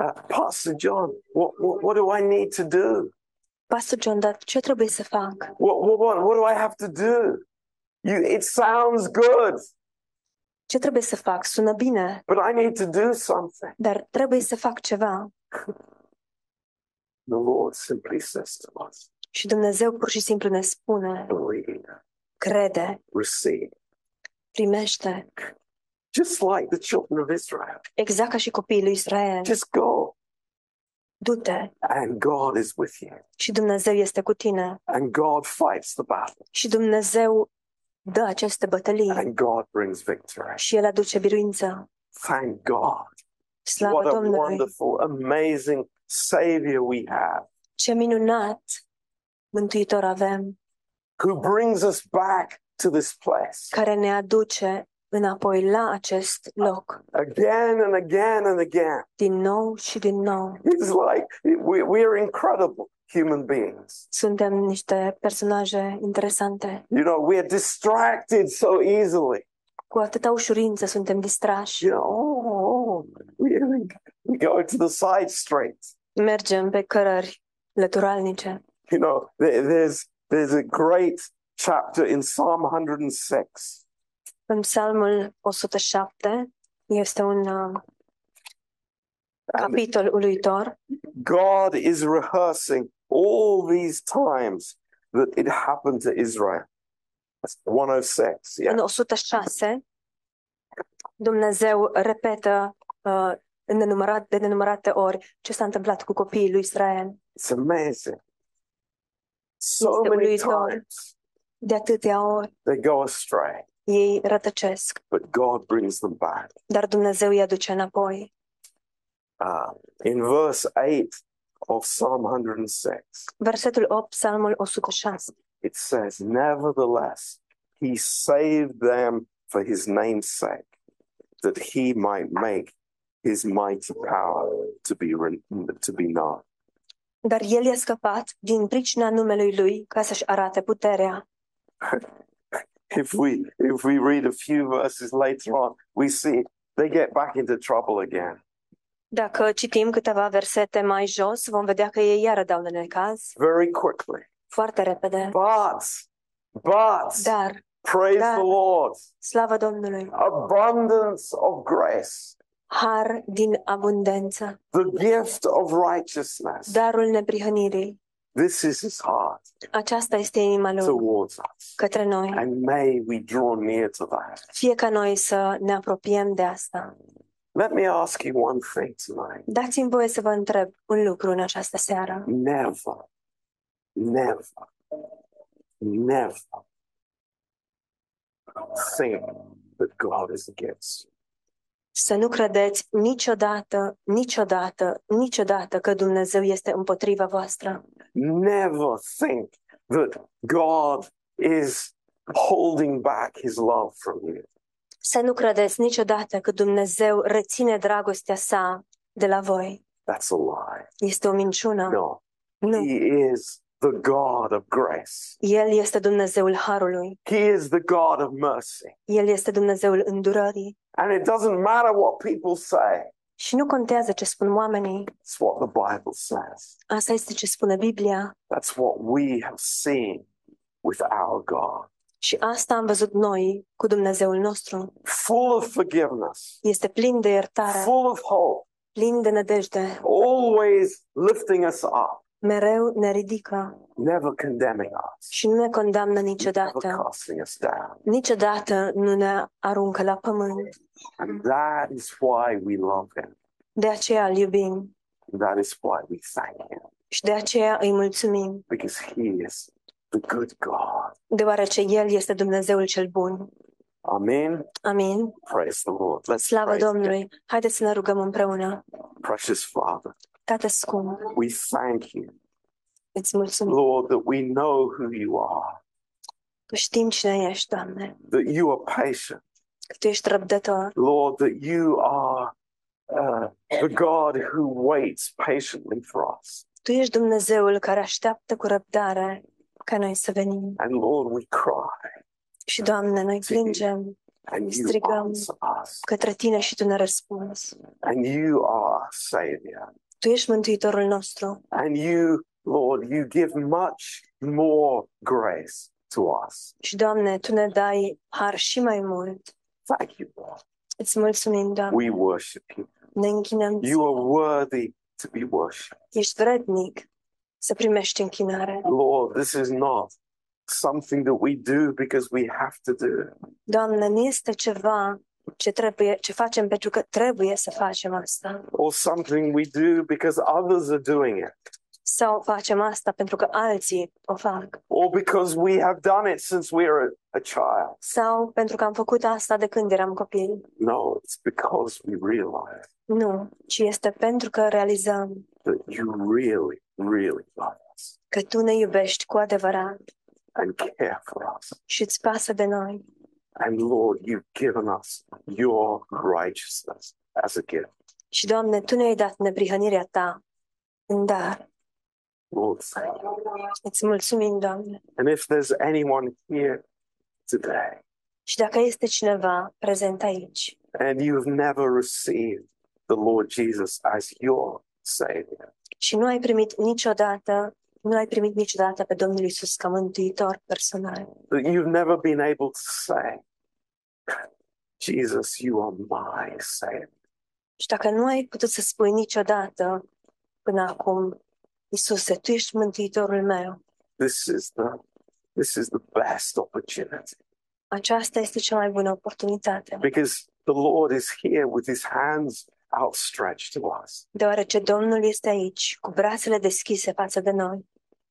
[SPEAKER 1] Uh, Pastor John, what, what, what do I need to do?
[SPEAKER 2] Pastor John, dar ce trebuie să fac?
[SPEAKER 1] What, what, what, what do I have to do? You, it sounds good,
[SPEAKER 2] Ce trebuie să fac? Sună bine,
[SPEAKER 1] but I need to do something.
[SPEAKER 2] dar trebuie să fac ceva.
[SPEAKER 1] The Lord simply says to us,
[SPEAKER 2] Și Dumnezeu pur și simplu ne spune,
[SPEAKER 1] believe,
[SPEAKER 2] crede,
[SPEAKER 1] receive.
[SPEAKER 2] primește,
[SPEAKER 1] Just like the children of Israel,
[SPEAKER 2] exact ca și copiii lui Israel.
[SPEAKER 1] just go.
[SPEAKER 2] Du-te
[SPEAKER 1] And God is with you.
[SPEAKER 2] și Dumnezeu este cu tine.
[SPEAKER 1] And God fights the battle.
[SPEAKER 2] Și Dumnezeu dă aceste bătălii
[SPEAKER 1] And God brings victory.
[SPEAKER 2] și El aduce biruință.
[SPEAKER 1] Thank God.
[SPEAKER 2] Slavă
[SPEAKER 1] What a
[SPEAKER 2] Domnului!
[SPEAKER 1] wonderful, amazing Savior we have.
[SPEAKER 2] Ce minunat Mântuitor avem,
[SPEAKER 1] who brings us back to this place
[SPEAKER 2] care ne aduce înapoi la acest loc,
[SPEAKER 1] again and again and again.
[SPEAKER 2] din nou și din nou.
[SPEAKER 1] It's like we, we're incredible human beings.
[SPEAKER 2] Suntem niște personaje interesante.
[SPEAKER 1] You know, we're distracted so easily.
[SPEAKER 2] Cu atâta ușurință suntem distrași.
[SPEAKER 1] You know, oh, oh, we, we go to the side streets.
[SPEAKER 2] Mergem pe cărări lăturalnice.
[SPEAKER 1] You know, there, there's there's a great chapter in Psalm 106.
[SPEAKER 2] În Psalmul 107 este un uh,
[SPEAKER 1] And
[SPEAKER 2] capitol uluitor
[SPEAKER 1] God is rehearsing all these times that it happened to Israel. That's 106, yeah.
[SPEAKER 2] În 106, Dumnezeu repetă uh, în nenumărat, de nenumărate ori ce s-a întâmplat cu copiii lui Israel.
[SPEAKER 1] It's amazing. So
[SPEAKER 2] Este
[SPEAKER 1] many
[SPEAKER 2] uluitor.
[SPEAKER 1] times
[SPEAKER 2] De atâtea ori
[SPEAKER 1] they go astray,
[SPEAKER 2] ei rătăcesc,
[SPEAKER 1] but God brings them back.
[SPEAKER 2] dar Dumnezeu îi aduce înapoi.
[SPEAKER 1] Uh, in verse 8 of Psalm 106,
[SPEAKER 2] Versetul 8, Psalmul 106.
[SPEAKER 1] it says, Nevertheless, he saved them for his name's sake, that he might make his mighty power to be, re- to be known.
[SPEAKER 2] Dar el i-a scăpat din pricina numelui lui ca să-și arate puterea.
[SPEAKER 1] If we, if we read a few verses later on, we see they get back into trouble again.
[SPEAKER 2] Dacă citim câteva versete mai jos, vom vedea că ei iară dau în caz
[SPEAKER 1] very quickly.
[SPEAKER 2] foarte repede.
[SPEAKER 1] But, but,
[SPEAKER 2] Dar,
[SPEAKER 1] praise
[SPEAKER 2] Dar-
[SPEAKER 1] the Lord,
[SPEAKER 2] slavă Domnului,
[SPEAKER 1] abundance of grace,
[SPEAKER 2] har din abundență.
[SPEAKER 1] the gift of righteousness.
[SPEAKER 2] darul neprihănirii.
[SPEAKER 1] this is his heart
[SPEAKER 2] Aceasta este inima lui
[SPEAKER 1] towards us.
[SPEAKER 2] către noi.
[SPEAKER 1] And may we draw near to that.
[SPEAKER 2] Fie ca noi să ne apropiem de asta.
[SPEAKER 1] Let me ask you one thing tonight.
[SPEAKER 2] Dați-mi voie să vă întreb un lucru în această seară.
[SPEAKER 1] Never, never, never think that God is against you.
[SPEAKER 2] Să nu credeți niciodată, niciodată, niciodată că Dumnezeu este împotriva voastră.
[SPEAKER 1] never think that God is holding back his love from you.
[SPEAKER 2] Să nu credeți niciodată că Dumnezeu reține dragostea sa de la voi.
[SPEAKER 1] That's a lie.
[SPEAKER 2] Este o minciună.
[SPEAKER 1] No,
[SPEAKER 2] Nu.
[SPEAKER 1] he is the God of grace.
[SPEAKER 2] El este Dumnezeul harului.
[SPEAKER 1] He is the God of mercy.
[SPEAKER 2] El este Dumnezeul îndurării.
[SPEAKER 1] And it doesn't matter what people say.
[SPEAKER 2] Și nu contează ce spun oamenii.
[SPEAKER 1] It's what the Bible says.
[SPEAKER 2] Asta este ce spune Biblia.
[SPEAKER 1] That's what we have seen with our God.
[SPEAKER 2] Și asta am văzut noi cu Dumnezeul nostru.
[SPEAKER 1] Full of forgiveness,
[SPEAKER 2] Este plin de iertare,
[SPEAKER 1] full of hope,
[SPEAKER 2] plin de nădejde,
[SPEAKER 1] always lifting us up,
[SPEAKER 2] mereu ne ridică
[SPEAKER 1] never condemning us,
[SPEAKER 2] și nu ne condamnă
[SPEAKER 1] never
[SPEAKER 2] niciodată.
[SPEAKER 1] casting us down.
[SPEAKER 2] Niciodată nu ne aruncă la pământ.
[SPEAKER 1] And
[SPEAKER 2] Mm-hmm.
[SPEAKER 1] that is why we love him.
[SPEAKER 2] De aceea îl iubim
[SPEAKER 1] That is why we thank him.
[SPEAKER 2] și de aceea îi mulțumim,
[SPEAKER 1] Because he is the good God.
[SPEAKER 2] deoarece El este Dumnezeul cel bun.
[SPEAKER 1] Amen.
[SPEAKER 2] Amin.
[SPEAKER 1] Praise the Lord. Let's
[SPEAKER 2] Slavă
[SPEAKER 1] praise him.
[SPEAKER 2] Domnului! Haideți să ne rugăm împreună.
[SPEAKER 1] Precious Father,
[SPEAKER 2] Tată scump,
[SPEAKER 1] we thank you,
[SPEAKER 2] îți mulțumim
[SPEAKER 1] Lord, that we know who you are,
[SPEAKER 2] că știm cine ești, Doamne,
[SPEAKER 1] that you are patient.
[SPEAKER 2] că Tu ești răbdător,
[SPEAKER 1] Lord, that you are uh, the God who waits patiently for us.
[SPEAKER 2] Tu ești Dumnezeul care așteaptă cu răbdare ca noi să venim.
[SPEAKER 1] And Lord, we cry
[SPEAKER 2] Și, Doamne, noi plângem
[SPEAKER 1] and you
[SPEAKER 2] Strigăm.
[SPEAKER 1] answer us.
[SPEAKER 2] către Tine și Tu ne răspunzi.
[SPEAKER 1] And you are our Savior.
[SPEAKER 2] Tu ești Mântuitorul nostru
[SPEAKER 1] And you, Lord, you give much more grace to us.
[SPEAKER 2] și, Doamne, Tu ne dai har și mai mult.
[SPEAKER 1] Thank you, Lord.
[SPEAKER 2] Îți mulțumim, Doamne,
[SPEAKER 1] We worship you.
[SPEAKER 2] ne închinăm.
[SPEAKER 1] You are worthy to be worshipped.
[SPEAKER 2] Ești vrednic să primești închinare.
[SPEAKER 1] Lord, this is not something that we do because we have to do it.
[SPEAKER 2] Doamne, nu este ceva ce, trebuie, ce facem pentru că trebuie să facem asta.
[SPEAKER 1] or something we do because others are doing it
[SPEAKER 2] Sau facem asta pentru că alții o fac.
[SPEAKER 1] or because we have done it since we are a, a child.
[SPEAKER 2] Sau pentru că am făcut asta de când eram copil.
[SPEAKER 1] No, it's because we realize
[SPEAKER 2] Nu, ci este pentru că realizăm
[SPEAKER 1] that you really, really love us
[SPEAKER 2] că Tu ne iubești cu adevărat
[SPEAKER 1] and care for us.
[SPEAKER 2] și îți pasă de noi.
[SPEAKER 1] And Lord, you've given us your righteousness as a gift.
[SPEAKER 2] Și, Doamne, Tu ne-ai dat neprihănirea Ta în dar.
[SPEAKER 1] Lord, thank you.
[SPEAKER 2] Îți mulțumim, Doamne.
[SPEAKER 1] And if there's anyone here today
[SPEAKER 2] Și dacă este cineva prezent aici
[SPEAKER 1] and you have never received the Lord Jesus as your Savior,
[SPEAKER 2] și nu ai primit niciodată Nu l-ai primit niciodată pe Domnul Isus ca mântuitor personal.
[SPEAKER 1] that you've never been able to say, Jesus, you are my Savior.
[SPEAKER 2] Și dacă nu ai putut să spui niciodată până acum, Iisuse, Tu ești mântuitorul meu,
[SPEAKER 1] This is the this is the best opportunity
[SPEAKER 2] aceasta este cea mai bună oportunitate,
[SPEAKER 1] because the Lord is here with his hands outstretched to us.
[SPEAKER 2] deoarece Domnul este aici, cu brațele deschise față de noi.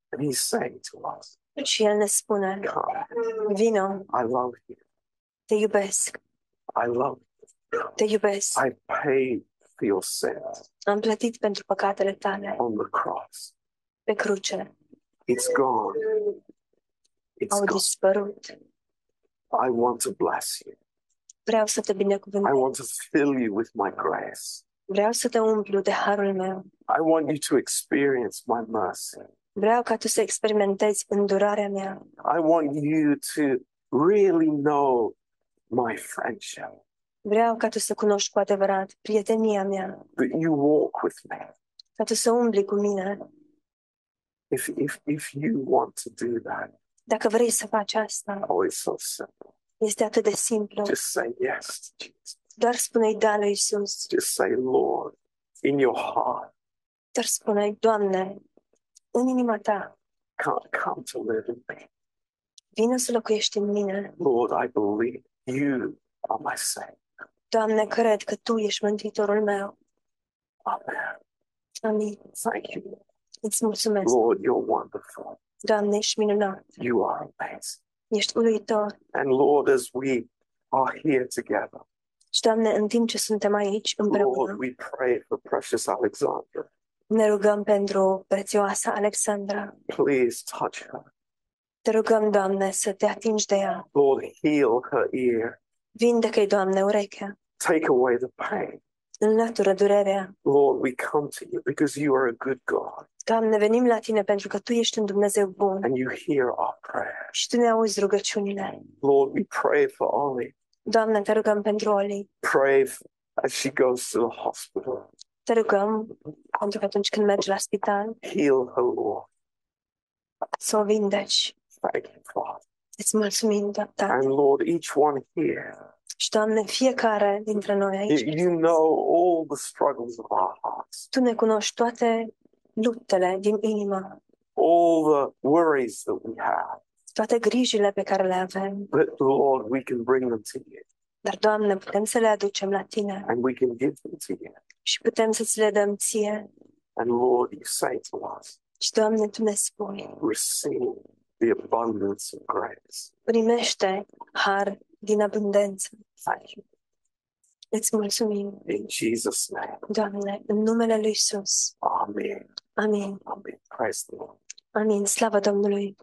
[SPEAKER 1] And he's saying to us,
[SPEAKER 2] Și El ne spune,
[SPEAKER 1] Come,
[SPEAKER 2] vino,
[SPEAKER 1] I love you.
[SPEAKER 2] te iubesc,
[SPEAKER 1] I love
[SPEAKER 2] te iubesc.
[SPEAKER 1] you. I paid for your sins
[SPEAKER 2] Am plătit pentru păcatele tale
[SPEAKER 1] on the cross.
[SPEAKER 2] pe cruce.
[SPEAKER 1] It's gone. It's
[SPEAKER 2] Au
[SPEAKER 1] gone.
[SPEAKER 2] dispărut.
[SPEAKER 1] I want to bless you.
[SPEAKER 2] Vreau să te
[SPEAKER 1] I
[SPEAKER 2] binecuvântez.
[SPEAKER 1] want to fill you with my grace.
[SPEAKER 2] Vreau să te umplu de harul meu.
[SPEAKER 1] I want you to experience my mercy.
[SPEAKER 2] Vreau ca tu să experimentezi îndurarea mea.
[SPEAKER 1] I want you to really know my friendship,
[SPEAKER 2] Vreau ca tu să cunoști cu adevărat prietenia mea.
[SPEAKER 1] that you walk with me.
[SPEAKER 2] Ca tu să umbli cu mine.
[SPEAKER 1] If, if, if you want to do that,
[SPEAKER 2] Dacă vrei să faci asta,
[SPEAKER 1] oh, it's so simple.
[SPEAKER 2] este atât de simplu.
[SPEAKER 1] Just say yes to Jesus.
[SPEAKER 2] Doar spune-i da lui Iisus.
[SPEAKER 1] Just say, Lord, in your heart,
[SPEAKER 2] Doar spune-i, Doamne, în inima ta,
[SPEAKER 1] come, come to live in me.
[SPEAKER 2] vină să locuiești în mine.
[SPEAKER 1] Lord, I believe you are my Savior.
[SPEAKER 2] Doamne, cred că Tu ești Mântuitorul meu.
[SPEAKER 1] Amen.
[SPEAKER 2] Amin.
[SPEAKER 1] Thank you.
[SPEAKER 2] Îți mulțumesc.
[SPEAKER 1] Lord, you're wonderful.
[SPEAKER 2] Doamne, ești minunat.
[SPEAKER 1] You are amazing.
[SPEAKER 2] Ești uluitor.
[SPEAKER 1] And Lord, as we are here together,
[SPEAKER 2] Și, Doamne, în timp ce suntem aici împreună,
[SPEAKER 1] Lord, we pray for precious Alexandra.
[SPEAKER 2] ne rugăm pentru prețioasa Alexandra.
[SPEAKER 1] Please touch her.
[SPEAKER 2] Te rugăm, Doamne, să te atingi de ea.
[SPEAKER 1] Lord, heal her ear.
[SPEAKER 2] Vindecă-i, Doamne, urechea.
[SPEAKER 1] Take away the pain.
[SPEAKER 2] Înlătură durerea.
[SPEAKER 1] Lord, we come to you because you are a good God
[SPEAKER 2] Doamne, venim la Tine pentru că Tu ești un Dumnezeu bun
[SPEAKER 1] and you hear our prayer.
[SPEAKER 2] și Tu ne auzi rugăciunile.
[SPEAKER 1] Lord, we pray for Ollie.
[SPEAKER 2] Doamne, Te rugăm pentru Oli.
[SPEAKER 1] Pray f- as she goes to the hospital.
[SPEAKER 2] Te rugăm pentru că atunci când mergi la spital
[SPEAKER 1] Heal her, Lord.
[SPEAKER 2] să o vindeci.
[SPEAKER 1] Thank you, Father.
[SPEAKER 2] Îți mulțumim, Doamne.
[SPEAKER 1] And Lord, each one here,
[SPEAKER 2] Și, Doamne, fiecare dintre noi
[SPEAKER 1] you,
[SPEAKER 2] aici,
[SPEAKER 1] you know all the struggles of our hearts,
[SPEAKER 2] Tu ne cunoști toate luptele din inimă,
[SPEAKER 1] all the worries that we have.
[SPEAKER 2] toate grijile pe care le avem.
[SPEAKER 1] But Lord, we can bring them to you
[SPEAKER 2] Dar, Doamne, putem să le aducem la Tine
[SPEAKER 1] and we can give them to you.
[SPEAKER 2] și putem să ți le dăm Ție.
[SPEAKER 1] And Lord, you say to us,
[SPEAKER 2] Și, Doamne, Tu ne spui,
[SPEAKER 1] receive the abundance of grace.
[SPEAKER 2] primește har din abundență.
[SPEAKER 1] Thank you.
[SPEAKER 2] Îți mulțumim,
[SPEAKER 1] In Jesus' name.
[SPEAKER 2] Doamne, în numele Lui Isus.
[SPEAKER 1] Amen.
[SPEAKER 2] Amin.
[SPEAKER 1] Amen. Praise the Lord.
[SPEAKER 2] Amin. Slavă Domnului!